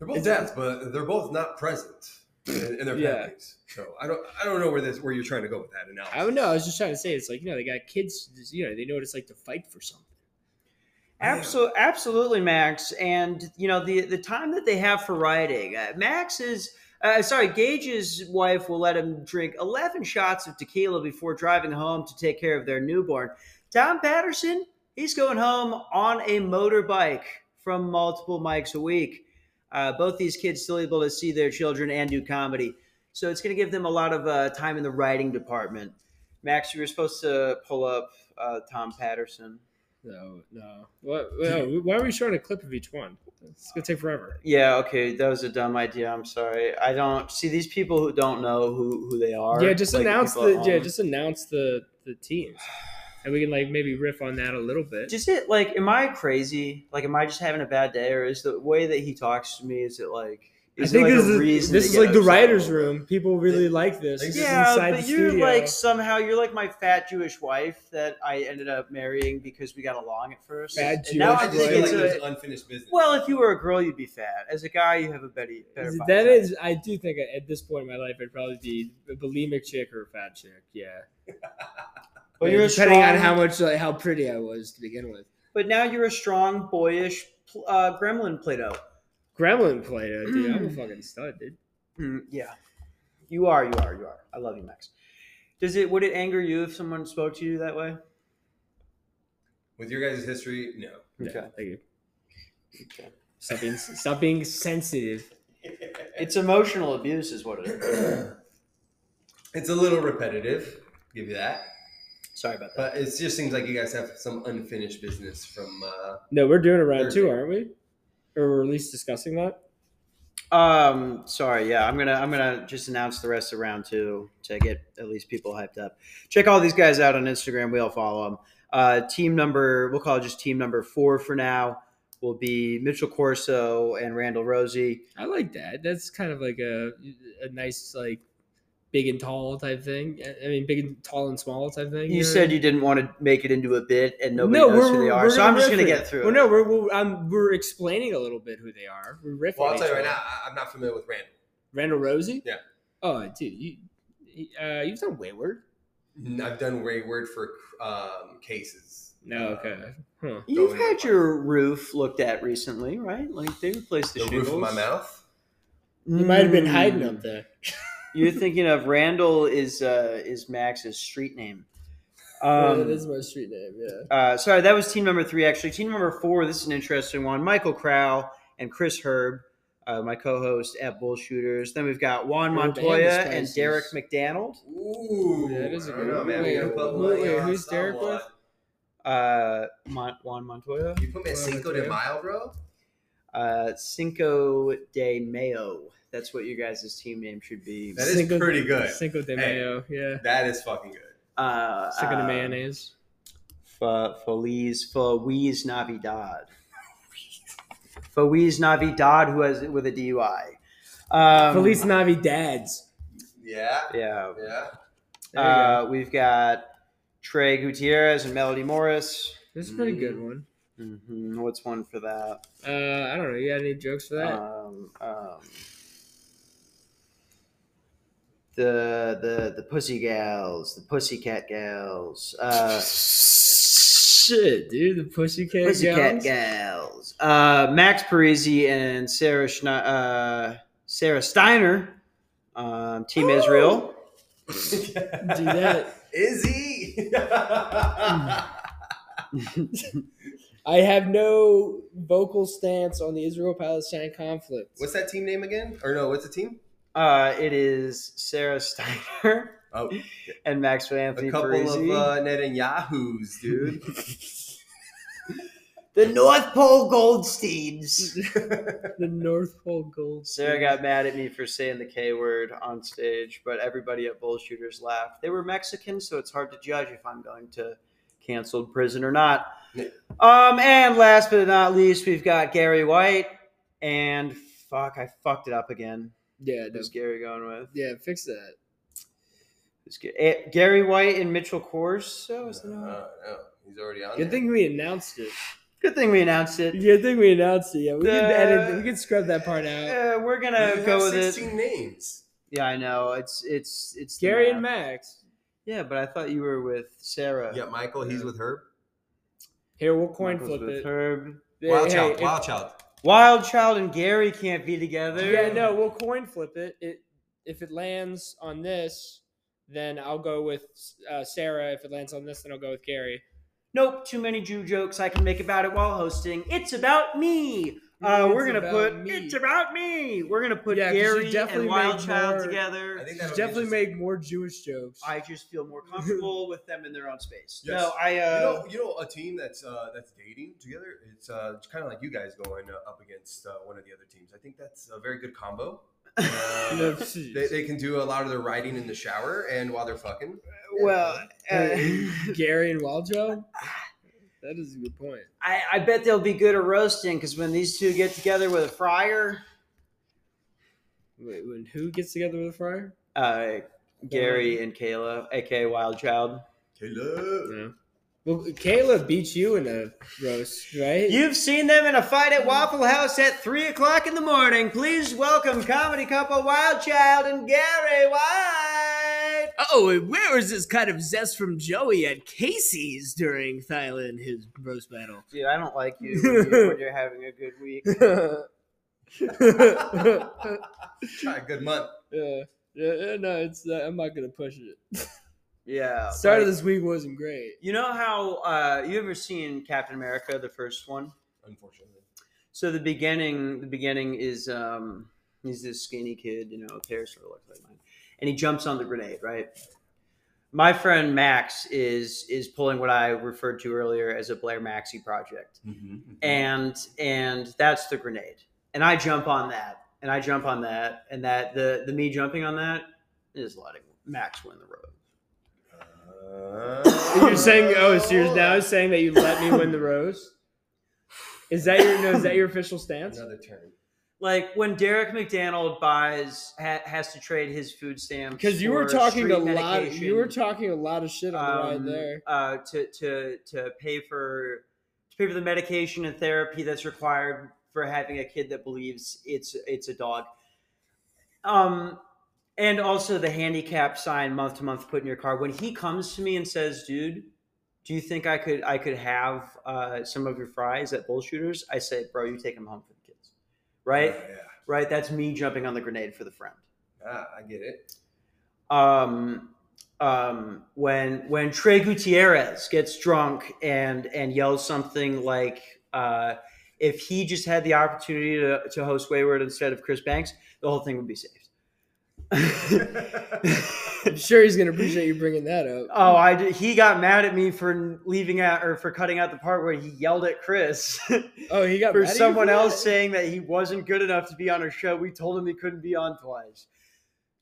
E: They're both dads, but they're both not present in, in their
D: Yeah.
E: families. So I don't I don't know where this where you're trying to go with that analysis.
D: I don't know. I was just trying to say it's like you know they got kids. You know they know what it's like to fight for something.
A: Absolutely, absolutely, Max. And you know the the time that they have for riding, uh, Max is uh, sorry, Gage's wife will let him drink eleven shots of tequila before driving home to take care of their newborn. Tom Patterson, he's going home on a motorbike from multiple mics a week. Uh, both these kids still able to see their children and do comedy, so it's going to give them a lot of uh, time in the writing department. Max, you were supposed to pull up uh, Tom Patterson.
D: No, no. What? no, why are we showing a clip of each one? It's gonna take forever.
A: Yeah, okay, that was a dumb idea. I'm sorry. I don't see these people who don't know who who they are.
D: yeah, just
A: like,
D: announce
A: people at
D: the yeah,
A: home.
D: just announce the the teams, and we can like maybe riff on that a little bit.
A: Just it like am I crazy? Like am I just having a bad day or is the way that he talks to me is it like is it like a reason to get upset?
D: room. People really like this.
E: This is
A: Yeah, but you're like somehow you're like my fat Jewish wife that I ended up marrying because we got along at first.
D: Fat
A: And now
E: I
A: I
E: just
A: think
E: feel
A: it's
E: like there's
A: a,
E: unfinished business.
A: well, if you were a girl, you'd be fat. As a guy, you have a better. better body
D: that
A: type.
D: is, I do think at this point in my life, I'd probably be a bulimic chick or a fat chick. Yeah,
A: But you're a
D: depending on
A: strong-
D: how much like, how pretty I was to begin with.
A: But now you're a strong, boyish pl- uh, gremlin Plato.
D: Gremlin played it, dude. I'm a fucking stud, dude.
A: Mm, yeah, you are. You are. You are. I love you, Max. Does it? Would it anger you if someone spoke to you that way?
E: With your guys' history, no.
A: Okay.
D: Thank you. Stop being stop being sensitive.
A: It's emotional abuse, is what it is.
E: It's a little repetitive, give you that.
A: Sorry about that.
E: But it just seems like you guys have some unfinished business from uh
D: No, we're doing a round
E: Thursday.
D: two, aren't we? Or we're at least discussing that.
A: Um, sorry. Yeah, I'm gonna I'm gonna just announce the rest of round two to get at least people hyped up. Check all these guys out on Instagram. We all follow them. Uh, team number we'll call it just team number four for now. Will be Mitchell Corso and Randall Rosie.
D: I like that. That's kind of like a a nice like big and tall type thing. I- I mean, big and tall and small type thing.
A: You
D: know?
A: said you didn't want to make it into a bit, and nobody knows who they are.
D: we're
A: So I'm just
D: riff
A: going to
D: it.
A: get through
D: Well,
A: it.
D: no, we're we're, um, we're explaining a little bit who they are. We're riffing.
E: Well I'll
D: each
E: tell you right
D: other.
E: now, I- I'm not familiar with Randall.
D: Randall Rosie.
E: Yeah.
D: Oh, dude, you he- uh, you've done Wayward. Mm-hmm.
E: I've done wayward for um, cases.
D: No, okay. Huh.
A: You've
E: Going
A: had
E: up.
A: your roof looked at recently, right? Like they replaced the,
E: The
A: shingles.
E: roof of my mouth.
D: You might have been hiding
A: Mm.
D: up there.
A: You're thinking of Randall is uh, is Max's street name.
D: yeah,
A: Um,
D: that is my street name. Yeah.
A: uh, sorry, that was team number three. Actually, team number four. This is an interesting one. Michael Crow and Chris Herb. uh, my co-host at Bull Shooters. Then we've got Juan
D: Herb
A: Montoya
D: and the
A: and
D: Spices.
A: Derek McDonald.
E: Ooh,
D: That is a
E: I don't
D: good
E: know,
D: one.
E: man. We
D: Wait,
E: gotta put
D: who-
E: money
D: wait,
E: on
D: who's Derek
E: someone.
D: with?
A: Uh, Mon- Juan Montoya,
E: You put me at Cinco de Mayo, bro.
A: uh, Cinco de Mayo. That's what your guys' team name should be.
E: That is
D: Cinco-
E: pretty good.
D: Cinco de
E: Hey.
D: Mayo, yeah.
E: That is fucking good.
A: Uh,
D: Cinco de
A: uh,
D: mayonnaise.
A: Fa- Feliz Feliz Navidad. Feliz Navidad, who has with a DUI. Um,
D: Feliz Navidad's.
E: Yeah,
A: Yeah.
E: yeah.
D: There you
A: Uh, we've got Trey Gutierrez and Melody Morris.
D: This is a pretty good one.
A: hmm What's one for that?
D: Uh, I don't know. You got any jokes for that?
A: Um, um, the the the pussy gals, the pussycat gals, uh,
D: Shit, dude. The Pussycat
A: pussycat gals.
D: Gals.
A: Uh, Max Parisi and Sarah Schne- uh, Sarah Steiner, um, Team Israel.
D: Dude, that,
E: Izzy.
D: I have no vocal stance on the Israel-Palestine conflict.
E: what's that team name again? Or no, what's the team?
A: Uh, it is Sarah Steiner
E: Oh,
A: and Max Anthony
E: a couple
A: Parisi.
E: of uh, Netanyahu's, dude.
A: the North Pole Goldsteins.
D: the North Pole Gold.
A: Sarah got mad at me for saying the K word on stage, but everybody at Bull Shooters laughed. They were Mexican, so it's hard to judge if I'm going to canceled prison or not.
E: Yeah.
A: Um, and last but not least, we've got Gary White and fuck, I fucked it up again.
D: Yeah, no.
A: Who's Gary going with?
D: yeah, fix that.
A: Who's Ga- eh, Gary White and Mitchell Corso. Is that not-
E: Uh, no, he's already on.
D: Good
E: there.
D: thing we announced it.
A: Good thing we announced it.
D: Good thing we announced it. Yeah, we can
A: Uh,
D: edit. We can scrub that part out.
A: Uh, we're
E: You
A: gonna
E: have
A: go with it.
E: 16 names.
A: Yeah, I know. It's it's it's the
D: Gary and
A: math.
D: Max.
A: Yeah, but I thought you were with Sarah.
E: Yeah, Michael. He's with Herb.
D: Here, we'll coin
A: Michael's
D: flip
A: with
D: it.
A: Herb.
D: Hey,
E: Wild
D: hey,
E: child.
D: if-
E: wild child.
A: Wild Child and Gary can't be together.
D: Yeah, no, we'll coin flip it. It if it lands on this, then I'll go with uh, Sarah. If it lands on this, then I'll go with Gary.
A: Nope, too many Jew jokes I can make about it while hosting. It's about me. Uh,
D: It's
A: we're gonna
D: about
A: put
D: me.
A: it's about me. We're gonna put
D: Yeah, 'cause you
A: Gary
D: definitely
A: and Wild
D: made
A: Child
D: more-
A: together.
E: I
A: I,
E: think that
D: Definitely make more Jewish jokes.
A: just feel more comfortable with them in their own space.
E: Yes.
A: No, I uh,
E: you know, you know, a team that's uh, that's dating together. It's, uh, it's kind of like you guys going uh, up against uh, one of the other teams. I think that's a very good combo. Uh, they, they can do a lot of their writing in the shower and while they're fucking.
A: well, uh,
D: Gary and Waljo. That is a good point.
A: I, I bet they'll be good at roasting because when these two get together with a fryer,
D: Wait, when who gets together with a fryer?
A: uh, Gary and Kayla, aka Wild Child.
E: Caleb.
D: No. Well, Kayla beat you in a roast, right?
A: You've seen them in a fight at Waffle House at 3 o'clock in the morning. Please welcome comedy couple Wild Child and Gary White.
D: Oh, where was this kind of zest from Joey at Casey's during Thailand his roast battle?
A: Dude, I don't like you when, you when you're having a good week.
E: Try a good month.
D: Yeah, yeah, yeah, no, it's uh, I'm not gonna push it.
A: Yeah.
D: Start
A: like-
D: of this week wasn't great.
A: you know how uh, you ever seen Captain America, the first one?
E: Unfortunately,
A: So the beginning, the beginning is um, he's this skinny kid, you know, his hair sort of looks like mine, and he jumps on the grenade, right? My friend Max is is pulling what I referred to earlier as a Blair Maxi project, and and that's the grenade, and I jump on that, and I jump on that, and that the the me jumping on that is letting Max win the road.
E: Uh,
D: You're saying, oh, so you're now saying that you let me win the roast? Is that your no? Is that your official stance?
E: another turn.
A: Like when Derek McDonald buys ha- has to trade his food stamps
D: Because you were
A: for
D: talking
A: street
D: a lot. You were
A: medication.
D: talking a lot of shit on the
A: um,
D: ride there.
A: Uh, to, to, to pay for to pay for the medication and therapy that's required for having a kid that believes it's it's a dog. Um, and also the handicap sign month to month put in your car. When he comes to me and says, "Dude, do you think I could I could have uh, some of your fries at Bull Shooters?" I say, "Bro, you take them home for the kids." Right,
E: Yeah,
A: right. That's me jumping on the grenade for the friend
E: yeah. Ah, I get it.
A: um, um, when when Trey Gutierrez gets drunk and and yells something like uh, If he just had the opportunity to, to host Wayward instead of Chris Banks, the whole thing would be saved.
D: I'm sure he's gonna appreciate you bringing that up.
A: oh, I did- he got mad at me for leaving out or for cutting out the part where he yelled at Chris
D: oh, he got
A: for
D: mad at you
A: someone
D: that?
A: else saying that he wasn't good enough to be on our show. We told him he couldn't be on twice.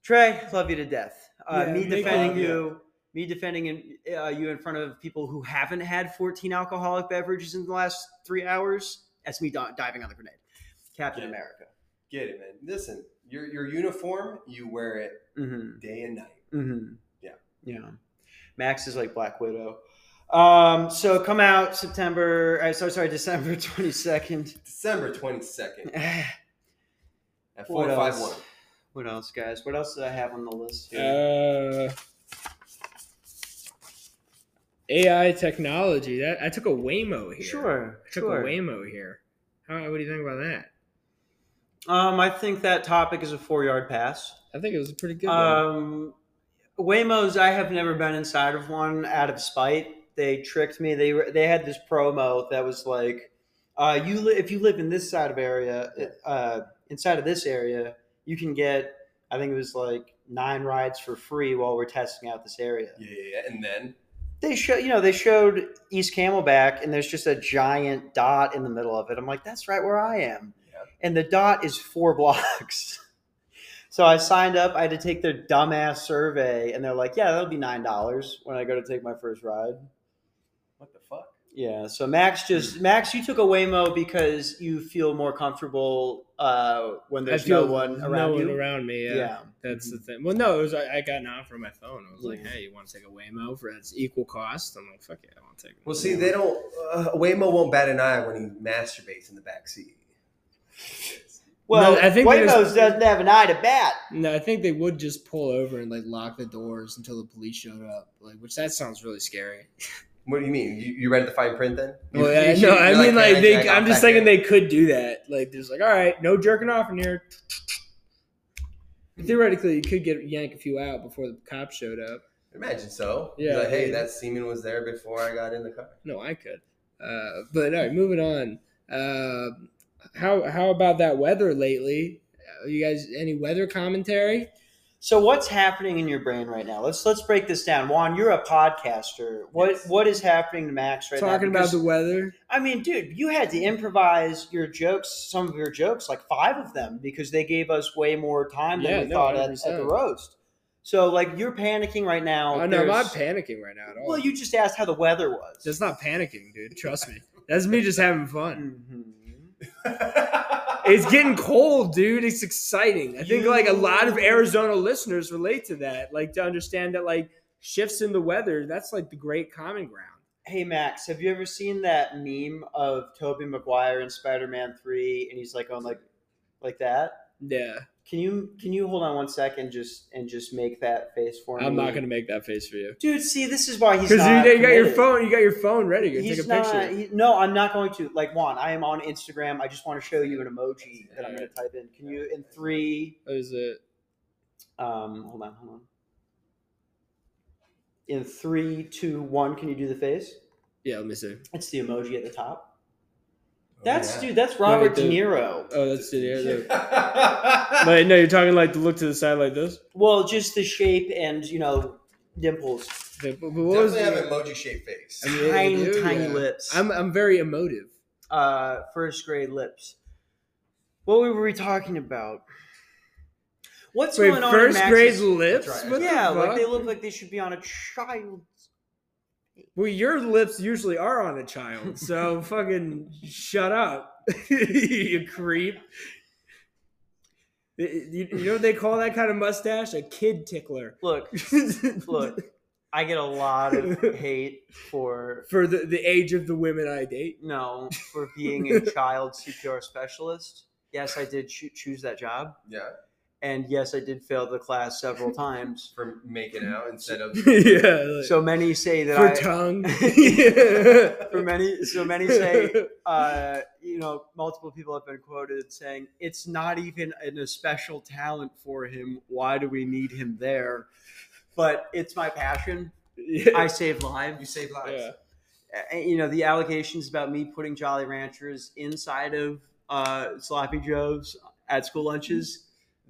A: Trey, love you to death. Uh,
D: Yeah,
A: me
D: make
A: defending
D: love,
A: you, me defending in, uh, you in front of people who haven't had 14 alcoholic beverages in the last three hours. That's me di- diving on the grenade. Captain
E: Yeah.
A: America.
E: Get it, man. Listen, your your uniform, you wear it
A: hmm
E: day and night.
A: Mm-hmm.
E: Yeah.
A: Yeah. Max is like Black Widow. Um, so come out September, I so sorry, December 22nd.
E: December twenty second at four
A: What
E: five
A: else?
E: one.
A: What else, guys? What else did I have on the list here?
D: Uh, AI technology. That I took a Waymo here.
A: sure.
D: I took
A: sure.
D: a Waymo here. How, what do you think about that?
A: Um, I think that topic is a four yard pass.
D: I think it was a pretty good. one.
A: Um, Waymo's, I have never been inside of one out of spite. They tricked me. They were- they had this promo that was like, uh, you li- if you live in this side of area, uh, inside of this area, you can get. I think it was like nine rides for free while we're testing out this area.
E: Yeah, yeah, yeah. And then
A: They show you know they showed East Camelback and there's just a giant dot in the middle of it. I'm like, that's right where I am,
E: Yeah.
A: and the dot is four blocks. So I signed up. I had to take their dumbass survey, and they're like, "Yeah, that'll be nine dollars when I go to take my first ride."
E: what the fuck?
A: Yeah. So Max just Max, you took a Waymo because you feel more comfortable uh, when
D: I
A: there's
D: feel
A: no one around
D: no
A: you.
D: one around me. Yeah,
A: Yeah. Mm-hmm.
D: that's the thing. Well, no, it was I, I got an offer on my phone. I was like,
A: Yeah.
D: "Hey, you want to take a Waymo for that's equal cost?" I'm like, "Fuck yeah, I want to take."
E: Well, see, they don't. Uh, Waymo won't bat an eye when he masturbates in the back seat.
A: Well,
D: No, I think they
A: Waymo's
D: just-
A: doesn't have an eye to bat.
D: No, I think they would just pull over and like lock the doors until the police showed up. Like, which that sounds really scary.
E: What do you mean? You, you read the fine print then? You-
D: Well,
E: you
D: yeah,
E: should-
D: no,
E: you're
D: I mean
E: "Man,
D: like
E: I
D: they.
E: got
D: I'm just
E: back
D: thinking
E: there."
D: they could do that. Like, there's like, all right, no jerking off in here. Theoretically, you could get yank a few out before the cops showed up.
E: Imagine so.
D: Yeah,
E: Yeah. Like, hey,
D: yeah.
E: that semen was there before I got in the car.
D: No, I could. Uh, but all right, moving on. Uh, how how about that weather lately? Uh, you guys, any weather commentary?
A: So what's happening in your brain right now? Let's let's break this down. Juan, you're a podcaster. What
E: Yes.
A: what is happening to Max right now?
D: Talking about
A: Because-
D: the weather.
A: I mean, dude, you had to improvise your jokes, some of your jokes, like five of them, because they gave us way more time than
D: Yeah,
A: we
D: no,
A: thought at, at the
D: 100%.
A: roast. So, like, you're panicking right now.
D: Oh, no, I'm
A: There's-
D: not panicking right now at all.
A: Well, you just asked how the weather was.
D: That's not panicking, dude. Trust me. That's me just having fun.
A: Mhm.
D: It's getting cold, dude. It's exciting. I think like a lot of
A: You-
D: Arizona listeners relate to that. Like to understand that like shifts in the weather, that's like the great common ground.
A: Hey, Max, have you ever seen that meme of Toby Maguire in Spider Man 3 and he's like on, like, like that?
D: Yeah.
A: Can you can you hold on one second just and just make that face for me?
D: I'm not gonna make that face for you.
A: Dude, see, this is why he's
D: Because
A: not
D: you, you got your
A: committed.
D: phone, you got your phone ready. You're gonna
A: He's
D: take a
A: not.
D: picture.
A: He, no, I'm not going to. Like Juan, I am on Instagram. I just want to show you an emoji that I'm going to type in. Can you in three?
D: What is it?
A: Um, hold on, hold on. In three, two, one. Can you do the face?
D: Yeah, let me see.
A: It's the emoji at the top.
E: Oh,
A: That's
E: yeah.
A: dude. That's Robert
D: the-
A: De Niro.
D: Oh, that's the yeah. the- Wait, no, you're talking like to look to the side like this.
A: Well, just the shape and you know dimples,
D: The- but- but what was
E: Definitely
D: the-
E: have an emoji shaped face.
D: I mean, yeah,
A: tiny,
D: dude,
A: tiny
D: yeah.
A: lips.
D: I'm I'm very emotive.
A: uh, first grade lips. What were we talking about? What's
D: Wait,
A: going on? in
D: first
A: Max's-
D: grade lips.
E: That's right.
D: What the
A: yeah, like
D: fuck?
A: they look like they should be on a child.
D: Well, your lips usually are on a child, so fucking shut up, you creep. You, you know what they call that kind of mustache? A kid tickler.
A: Look, look, I get a lot of hate for
D: For the, the age of the women I date.
A: no for being a child CPR specialist. Yes, I did cho- choose that job,
E: yeah,
A: and yes, I did fail the class several times.
E: for making out instead of.
D: yeah. like-
A: So many say that
D: for
A: I.
D: tongue.
A: for many, so many say, uh, you know, multiple people have been quoted saying it's not even an especial talent for him. Why do we need him there? But it's my passion.
D: Yeah.
A: I save lives.
E: You save lives.
D: Yeah.
A: uh, you know, the allegations about me putting Jolly Ranchers inside of uh, Sloppy Joes at school lunches,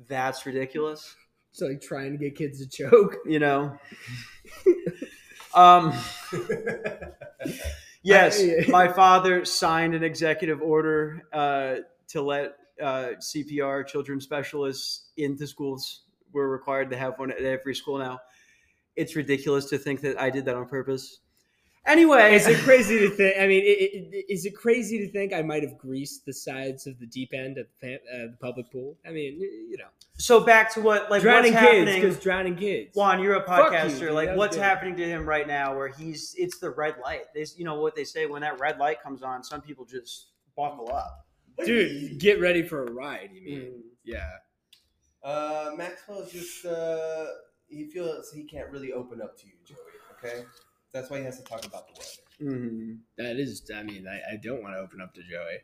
A: that's ridiculous.
D: It's like trying to get kids to choke.
A: You know. um. Yes, my father signed an executive order uh, to let uh, CPR children specialists into schools. We're required to have one at every school now. It's ridiculous to think that I did that on purpose. Anyway,
D: Is it crazy to think? I mean, i i- is it crazy to think I might have greased the sides of the deep end of the, fam- uh, the public pool? I mean, y- you know,
A: so back to what like
D: drowning
A: what's
D: kids
A: happening.
D: because drowning kids.
A: Juan, you're a
D: Fuck you,
A: podcaster.
D: dude, that
A: like,
D: was
A: what's
D: good.
A: happening to him right now? Where he's, it's the red light. They, you know what they say when that red light comes on. Some people just buckle up.
D: Dude, get ready for a ride. You mean? Yeah.
H: Uh, Maxwell's just uh, he feels he can't really open up to you, Joey. Okay, that's why he has to talk about the weather.
D: Mm-hmm.
A: Mhm.
D: That is, I mean, I, I don't want to open up to Joey.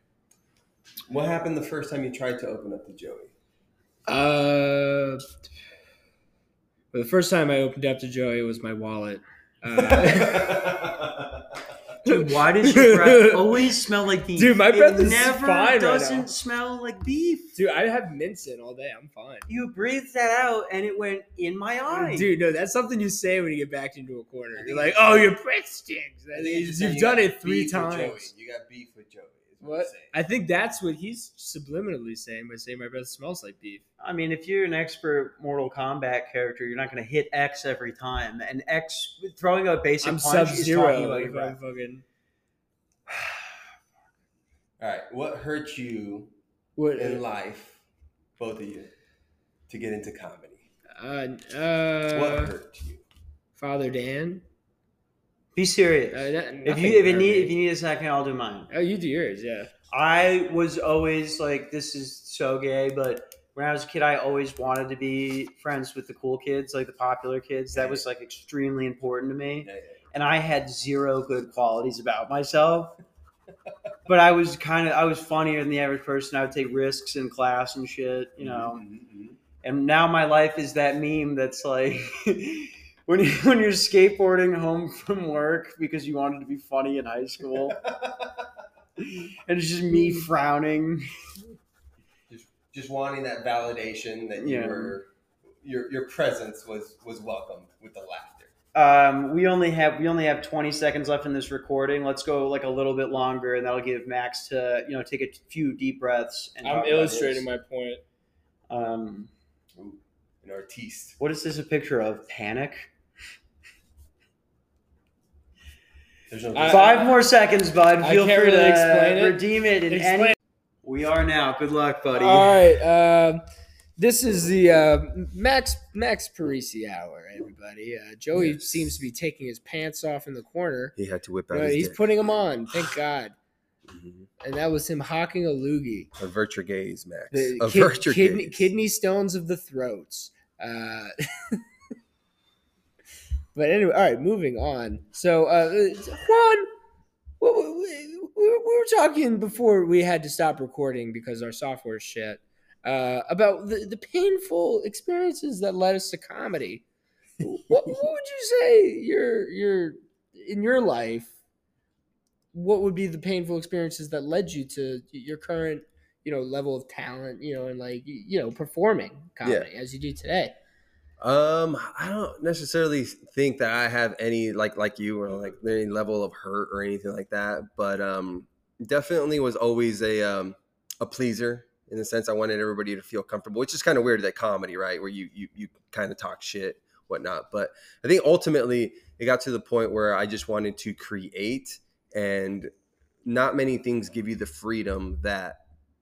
H: What happened the first time you tried to open up to Joey?
D: Uh, well, the first time I opened up to Joey was my wallet. Uh,
A: Dude, why does your breath always smell like beef?
D: Dude, my breath
A: it
D: is
A: never
D: fine right now.
A: doesn't smell like beef.
D: dude, I have mints in all day. I'm fine.
A: You breathed that out, and it went in my eye.
D: Dude, no, that's something you say when you get backed into a corner. You're like, oh, your breath stinks. I think
H: Just say
D: you- You've
H: you
D: done
H: got
D: it three
H: beef with Joey.
D: times.
H: You got beef with Joey. Is what?
D: What?
H: I'm saying.
D: I think that's what he's subliminally saying by saying my breath smells like beef.
A: I mean, if you're an expert Mortal Kombat character, you're not going to hit X every time. And X throwing a basic
D: I'm
A: punch
D: sub
A: is talking
D: zero.
A: about your breath.
D: Fucking
H: All right. What hurt you
D: what?
A: uh,
H: in life, both of you, to get into comedy?
D: Uh,
H: what
D: uh,
H: hurt you?
D: Father Dan.
A: Be
D: Uh,
A: serious. if
D: that- nothing
A: you if you need
D: hurt me.
A: if you need a second, I'll do mine.
D: Oh, you do yours, yeah.
A: I was always like, this is so gay, but when I was a kid, I always wanted to be friends with the cool kids, like the popular kids. That was like extremely important to me.
H: Yeah, yeah.
A: And I had zero good qualities about myself. But I was kind of, I was funnier than the average person. I would take risks in class and shit, you know. And now my life is that meme that's like, when, you, when you're skateboarding home from work because you wanted to be funny in high school. And it's just me frowning.
H: Just wanting that validation that you
A: Yeah.
H: were, your your presence was was welcomed with the laughter.
A: Um, we only have we only have 20 seconds left in this recording. Let's go like a little bit longer, and that'll give Max to you know take a few deep breaths. And talk
D: I'm
A: about
D: illustrating
A: his-
D: my point.
A: Um,
H: Ooh, an artiste.
A: what is this a picture of? Panic.
H: There's no.
D: I-
A: Five more seconds, bud.
D: I
A: Feel
D: can't
A: free
D: really
A: to uh,
D: explain it.
A: redeem it in
D: Explain-
A: any. We are now. Good luck, buddy.
D: All right. Uh, this is the uh, Max Max Parisi hour, everybody. Uh, Joey
H: Yes.
D: seems to be taking his pants off in the corner.
H: he had to whip
D: but he's putting them on. Thank God. And that was him hawking a loogie.
H: Avert your Mm-hmm. gaze, Max.
D: The
H: Avert
D: kid-
H: your
D: kidney,
H: gaze.
D: kidney stones of the throats. Uh, but anyway, all right, moving on. So, uh, Juan, we, we, we were talking before we had to stop recording because our software shit uh, about the, the painful experiences that led us to comedy. what, what would you say your your in your life? What would be the painful experiences that led you to your current you know level of talent you know and like y- you know performing comedy as you do today
E: Um, I don't necessarily think that I have any like like you or like any level of hurt or anything like that, but um, definitely was always a um a pleaser in the sense I wanted everybody to feel comfortable, which is kind of weird that comedy, right, where you you you kind of talk shit whatnot, but I think ultimately it got to the point where I just wanted to create, and not many things give you the freedom that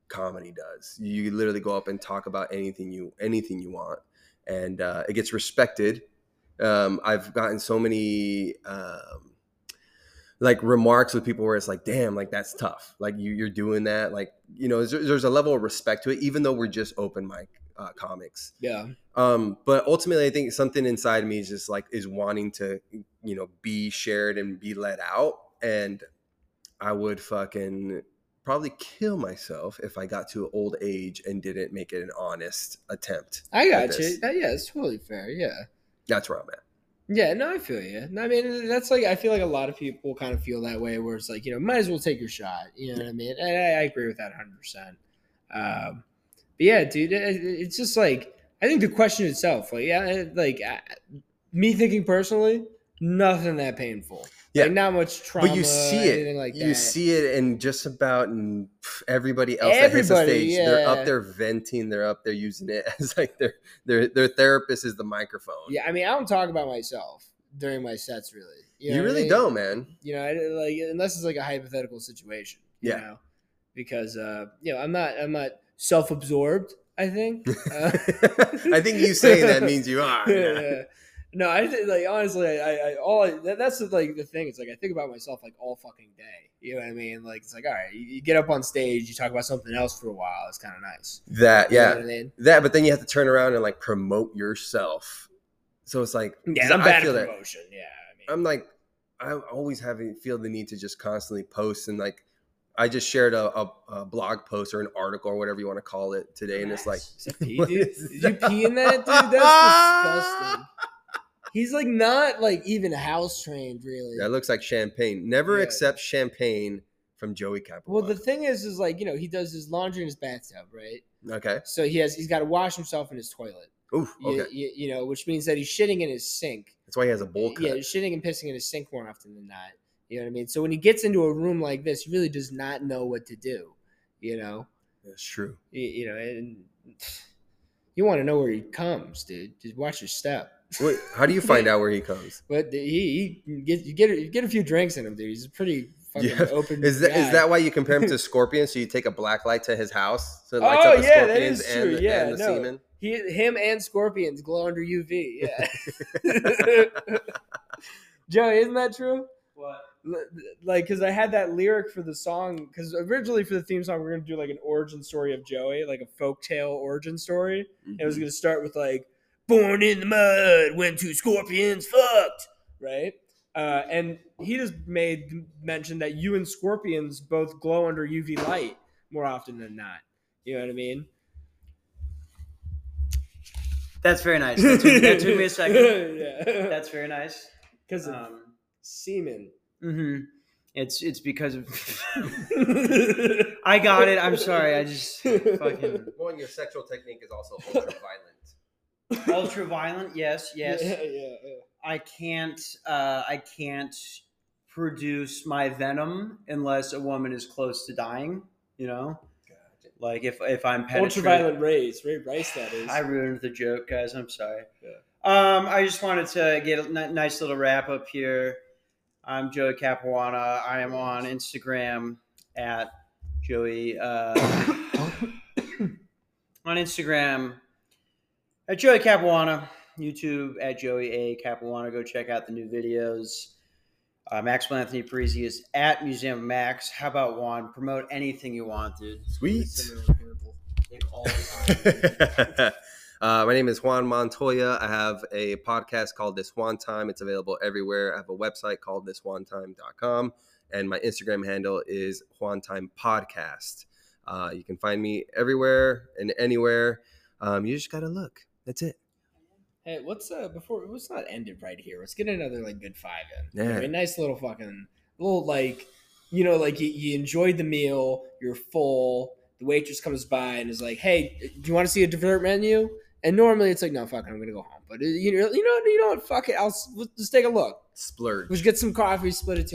E: comedy does. You literally go up and talk about anything you anything you want and uh, it gets respected. Um, I've gotten so many um, like remarks with people where it's like, "Damn, like that's tough. Like you, you're doing that. Like you know, there's, there's a level of respect to it, even though we're just open mic uh, comics."
D: yeah
E: Um, but ultimately, I think something inside of me is just like is wanting to, you know, be shared and be let out. And I would fucking probably kill myself if I got to old age and didn't make it an honest attempt.
D: i
E: Like
D: got
E: this.
D: you that, yeah it's totally fair yeah
E: That's where I'm at.
D: Yeah, no, I feel you. No, I mean, that's like I feel like a lot of people kind of feel that way, where it's like you know, might as well take your shot. You know what I mean? And I, I agree with that hundred percent. Um, but yeah, dude, it, it- it's just like I think the question itself, like yeah, it- like I, me thinking personally, nothing that painful.
E: Yeah.
D: like, not much trauma.
E: But you see it.
D: anything like
E: you
D: that.
E: see it in just about and pff, everybody else that
D: Everybody,
E: hits the stage. They're
D: yeah.
E: up there venting. They're up there using it as like their their their therapist is the microphone.
D: Yeah, I mean, I don't talk about myself during my sets, really.
E: you,
D: know what I
E: really
D: mean?
E: don't, man.
D: you know, I, like unless it's like a hypothetical situation. You
E: Yeah.
D: Know? Because uh, you know, I'm not I'm not self absorbed. I think. Uh,
E: I think you saying that means you are. yeah.
D: no, I think like honestly, I, I, I all I, that, that's the, like the thing. It's like I think about myself like all fucking day. You know what I mean? Like it's like all right, you, you get up on stage, you talk about something else for a while. It's kind of nice.
E: That
D: You know
E: yeah.
D: what I mean?
E: That, but then you have to turn around and like promote yourself. So it's like
D: Yeah,
E: 'cause
D: and I'm
E: I
D: bad
E: feel
D: at
E: that-
D: promotion. Yeah, I mean,
E: I'm like, I always having feel the need to just constantly post and like, I just shared a, a, a blog post or an article or whatever you want to call it today, and it's like,
D: Is that pee,
E: what
D: dude?
E: is
D: Did you pee in that, dude? That's disgusting. He's like not like even house trained, really.
E: that looks like champagne. Never
D: Yeah.
E: accept champagne from Joey Capua.
D: well, the thing is, is like you know he does his laundry in his bathtub, right?
E: okay,
D: So he has he's got to wash himself in his toilet.
E: ooh,
D: You,
E: okay,
D: you, you know, which means that he's shitting in his sink.
E: that's why he has a bowl cut.
D: Yeah, he's shitting and pissing in his sink more often than not. You know what I mean? So when he gets into a room like this, he really does not know what to do. You know,
E: That's true.
D: you, you know, and you want to know where he comes, dude. Just watch your step.
E: Wait, how do you find out where he comes?
D: But the- he, he get you get you get a few drinks in him, dude. He's a pretty fucking
E: Yeah.
D: open.
E: Is that is
D: guy.
E: that why you compare him to Scorpion? So you take a black light to his house, so it lights
D: Oh,
E: up the
D: yeah, that
E: scorpions
D: is
E: and,
D: true.
E: the-
D: Yeah,
E: and the
D: no.
E: semen.
D: he him and scorpions glow under UV? Yeah. Joey, isn't that true?
A: What?
I: L- like because I had that lyric for the song because originally for the theme song we are gonna do like an origin story of Joey, like a folktale origin story. And it was gonna start with like "Born in the mud when two scorpions fucked," right? Uh, and he just made mention that you and scorpions both glow under UV light more often than not. You know what I mean?
A: That's very nice. That took, that took me a second.
I: yeah,
A: That's very nice.
I: because of
A: Um,
I: semen.
A: hmm It's it's because of. I got it. I'm sorry. I just fucking
E: Well, and your sexual technique is also ultra violent.
A: ultra violent. Yes, yes.
I: Yeah, yeah, yeah.
A: I can't. Uh, I can't produce my venom unless a woman is close to dying. You know, like if if I'm penetrated.
I: Ultraviolet rays, Ray Rice, that is.
A: I ruined the joke, guys. I'm sorry. Um, I just wanted to get a n- nice little wrap up here. I'm Joey Capuana. I am on Instagram at Joey uh, on Instagram at Joey Capuana. YouTube at Joey A Capuana. Go check out the new videos. Uh, Maxwell Anthony Parisi is at Museum of Max. How about Juan? Promote anything you want, dude.
E: Sweet.
A: Like, all the time.
E: uh, my name is Juan Montoya. I have a podcast called This Juan Time. It's available everywhere. I have a website called thisjuantime.com, and my Instagram handle is Juan Time Podcast. Uh, you can find me everywhere and anywhere. Um, you just gotta look. That's it.
D: Hey, what's uh before let's not end it right here. Let's get another like good five in.
E: Yeah.
D: I mean, nice little fucking little like you know, like you, you enjoyed the meal, you're full, the waitress comes by and is like, Hey, do you want to see a dessert menu? And normally it's like, no, fuck it, I'm gonna go home. But uh, you know, you know, you know what? Fuck it, I'll s- let's take a look.
E: Splurge.
D: Let's get some coffee, split a tip.